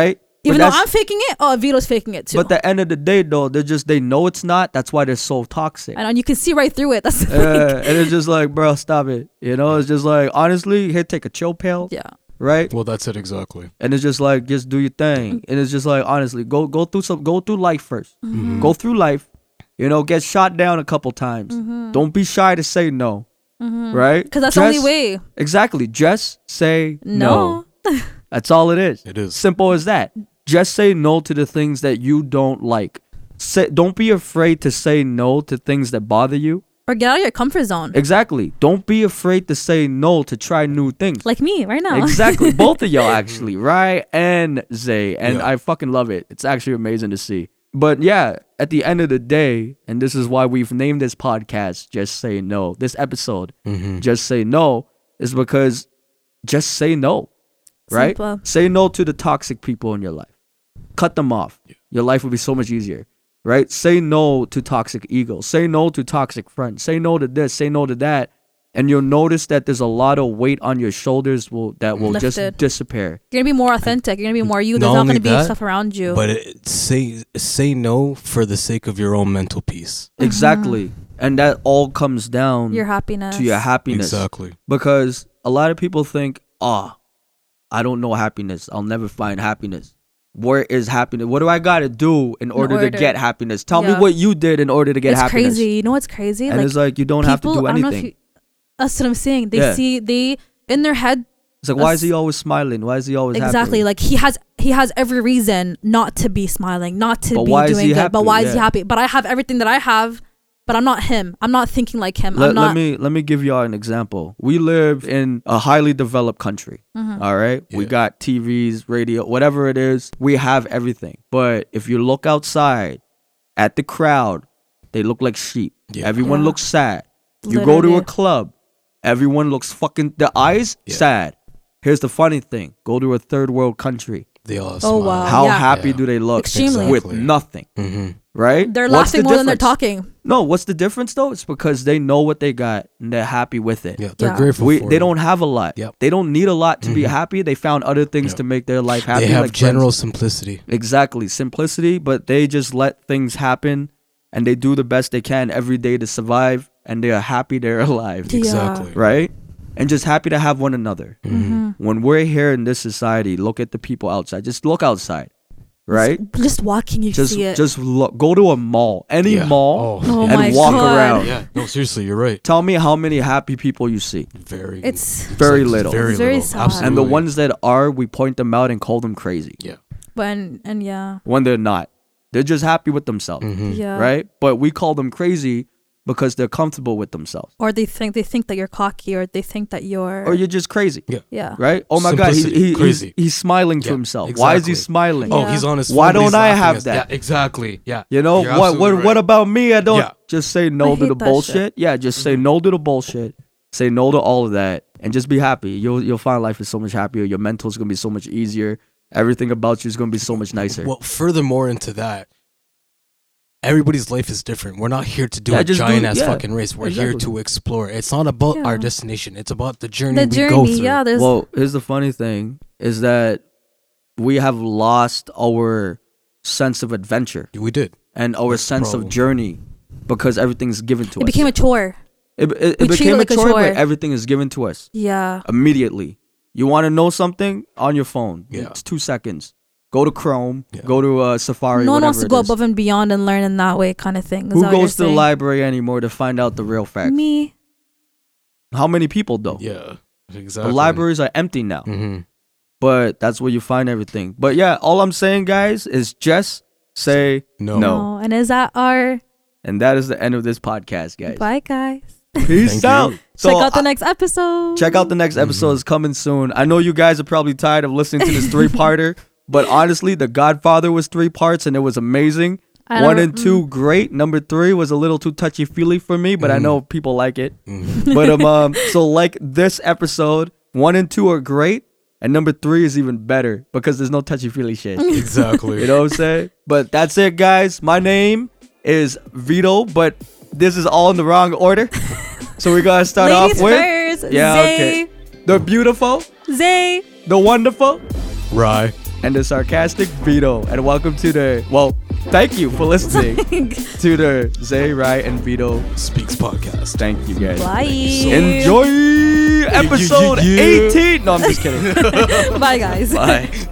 S1: right?
S2: Even
S1: but
S2: though
S1: that's-
S2: I'm faking it, oh, Vito's faking it too.
S1: But at the end of the day, though, they're just they know it's not. That's why they're so toxic.
S2: and, and you can see right through it. That's the thing.
S1: Yeah, and it's just like, bro, stop it. You know, it's just like, honestly, here, take a chill pill,
S2: yeah.
S1: right?
S3: Well, that's it exactly.
S1: And it's just like, just do your thing.
S2: Mm-hmm.
S1: And it's just like, honestly, go go through some, go through life 1st
S2: Mm-hmm.
S1: Go through life. You know, get shot down a couple times. Don't be shy to say no, right?
S2: Because Mm-hmm. that's the
S1: Just-
S2: only way.
S1: Exactly. Just say no.
S2: No.
S1: That's all it is.
S3: It is.
S1: Simple as that. Just say no to the things that you don't like. Say, don't be afraid to say no to things that bother you.
S2: Or get out of your comfort zone.
S1: Exactly. Don't be afraid to say no to try new things.
S2: like me right now.
S1: Exactly. Both of y'all actually, right? And Zay. And
S3: Yeah.
S1: I fucking love it. It's actually amazing to see. But yeah, at the end of the day, and this is why we've named this podcast Just Say No. This episode, Just Say No, is because just say no. Right?
S2: Simple.
S1: Say no to the toxic people in your life. Cut them off. Your life will be so much easier. Right? Say no to toxic ego. Say no to toxic friends. Say no to this. Say no to that. And you'll notice that there's a lot of weight on your shoulders will that will just
S2: Lifted.
S1: disappear.
S2: You're gonna be more authentic. You're gonna be more you. There's
S3: Not
S2: not
S3: only
S2: gonna be
S3: that,
S2: stuff around you.
S3: But it, say say no for the sake of your own mental peace.
S1: Exactly. And that all comes down
S2: Mm-hmm. your happiness.
S1: to your happiness.
S3: Exactly.
S1: Because a lot of people think, ah, I don't know happiness. I'll never find happiness. Where is happiness? What do I got to do in order,
S2: order.
S1: to get happiness? Tell me
S2: Yeah.
S1: what you did in order to get
S2: it's
S1: happiness.
S2: crazy. You know what's crazy?
S1: And
S2: like,
S1: it's like, you don't have to
S2: people-
S1: do
S2: I know if
S1: anything.
S2: you- that's what I'm saying. They
S1: Yeah.
S2: see they in their head
S1: it's like, why is
S2: us-
S1: he always smiling? Why is he always
S2: exactly
S1: happy?
S2: like he has he has every reason not to be smiling, not to
S1: But
S2: be
S1: why is
S2: doing
S1: he
S2: good. But
S1: happy?
S2: why is he
S1: Yeah.
S2: happy? But I have everything that I have, but I'm not him. I'm not thinking like him.
S1: let,
S2: I'm not
S1: let me let me give y'all an example. We live in a highly developed country.
S2: Mm-hmm.
S1: all right, we
S3: Yeah.
S1: got TVs, radio, whatever it is. We have everything. But if you look outside at the crowd, they look like sheep.
S3: Yeah.
S1: Everyone
S2: Yeah.
S1: looks sad. You go to a
S2: Literally.
S1: club, everyone looks fucking. The eyes
S3: Yeah.
S1: sad. Here's the funny thing: go to a third world country.
S3: They all.
S2: Oh,
S3: smile.
S2: wow.
S1: How
S2: yeah.
S1: happy
S3: Yeah.
S1: do they look
S2: Extremely.
S1: with
S3: Exactly.
S1: nothing?
S3: Mm-hmm.
S1: Right?
S2: they're
S1: What's
S2: laughing
S1: the
S2: more than they're
S1: difference?
S2: talking.
S1: No, what's the difference though? It's because they know what they got and they're happy with it.
S3: Yeah, they're
S2: Yeah.
S3: grateful.
S1: We
S3: for
S1: they
S3: it.
S1: don't have a lot.
S3: Yep.
S1: They don't need a lot to be happy. They found other things
S3: Yeah.
S1: to make their life happy.
S3: They have
S1: like friends.
S3: general simplicity.
S1: exactly simplicity, but they just let things happen and they do the best they can every day to survive and they are happy they're alive.
S2: Yeah.
S3: Exactly.
S1: Right? And just happy to have one another.
S3: Mm-hmm.
S2: Mm-hmm.
S1: When we're here in this society, look at the people outside. Just look outside. Right?
S2: Just walking, you
S1: Just
S2: see it.
S1: just look go to a mall. Any
S3: Yeah.
S1: mall
S3: Oh,
S2: oh
S1: and
S2: my
S1: walk
S2: God.
S1: around.
S3: Yeah. No, seriously, you're right.
S1: Tell me how many happy people you see.
S3: Very.
S2: It's-
S1: Very little.
S3: Very
S2: It's very
S3: little.
S2: sad.
S3: Absolutely.
S1: And the ones that are, we point them out and call them crazy
S3: Yeah.
S2: But and, and yeah,
S1: when they're not. They're just happy with themselves,
S3: Mm-hmm. Hmm.
S2: yeah,
S1: right? But we call them crazy because they're comfortable with themselves.
S2: Or they think they think that you're cocky, or they think that you're
S1: Or you're just crazy,
S3: Yeah.
S2: yeah,
S1: right? Oh my God, he,
S3: Simplicity.
S1: he, he's,
S3: Crazy.
S1: he's smiling to
S3: Yeah,
S1: himself. Why is he
S3: exactly.
S1: smiling?
S3: Oh,
S2: Yeah.
S3: he's on his.
S1: Why
S3: phone, but he's
S1: don't I
S3: laughing
S1: have
S3: at-
S1: that?
S3: Yeah, exactly. Yeah.
S1: You know
S3: You're
S1: what? What?
S3: absolutely
S1: What
S3: right.
S1: about me? I don't
S3: Yeah. Mm-hmm.
S1: just say no
S2: I
S1: to the
S2: hate that shit.
S1: bullshit. Yeah, just say no to the bullshit. Say no to all of that, and just be happy. You'll you'll find life is so much happier. Your mental's gonna be so much easier. Everything about you is gonna be so much nicer.
S3: Well, furthermore into that, everybody's life is different. We're not here to do
S1: Yeah,
S3: a
S1: just do-
S3: giant ass
S1: yeah,
S3: fucking race. We're here
S1: exactly.
S3: to explore. It's not about
S2: Yeah.
S3: our destination. It's about the journey
S2: the
S3: we go
S2: journey.
S3: through.
S2: Yeah, there's
S1: well, here's the funny thing is that we have lost our sense of adventure
S3: we did.
S1: and our
S3: That's the
S1: sense of
S3: problem.
S1: journey because everything's given to
S2: it
S1: us.
S2: became a chore.
S1: it, it- it
S2: we treat
S1: became
S2: it like
S1: a
S2: a
S1: chore,
S2: chore.
S1: but everything is given to us
S2: Yeah,
S1: immediately. You want to know something on your phone?
S3: Yeah.
S1: It's two seconds. Go to Chrome.
S3: Yeah.
S1: Go to uh, Safari.
S2: no one wants
S1: whatever
S2: to
S1: it
S2: go
S1: is.
S2: above and beyond and learn in that way, kind of thing. Is
S1: Who
S2: that what you're
S1: goes to the
S2: saying?
S1: library anymore to find out the real facts?
S2: Me.
S1: How many people though?
S3: Yeah.
S1: The
S3: Exactly.
S1: libraries are empty now.
S3: hmm
S1: but that's where you find everything. But yeah, all I'm saying, guys, is just say no.
S3: No.
S2: No. Oh, And is that our
S1: And that is the end of this podcast, guys.
S2: bye, guys?
S1: Peace
S3: Thank you.
S1: out. So
S2: Check out the
S1: I-
S2: next episode.
S1: check out the next episode is coming soon. I know you guys are probably tired of listening to this three parter, but honestly, The Godfather was three parts and it was amazing.
S2: I
S1: One
S2: don't- mm.
S1: and two, great. Number three was a little too touchy feely for me, but I know people like it. But um, um, so like this episode, one and two are great, and number three is even better because there's no touchy feely shit.
S3: Exactly.
S1: You know what I'm saying? But that's it, guys. My name is Vito, but this is all in the wrong order. So we gotta start
S2: Ladies
S1: off with
S2: first.
S1: yeah,
S2: Zay.
S1: okay. The beautiful,
S2: Zay.
S1: the wonderful,
S3: Right.
S1: and the sarcastic Vito. And welcome to the well, thank you for listening to the Zay Rai and Vito.
S3: Speaks podcast.
S1: Thank you guys.
S2: Bye.
S1: Enjoy episode
S3: yeah, yeah.
S1: 18. No, I'm just kidding.
S2: Bye, guys.
S1: Bye.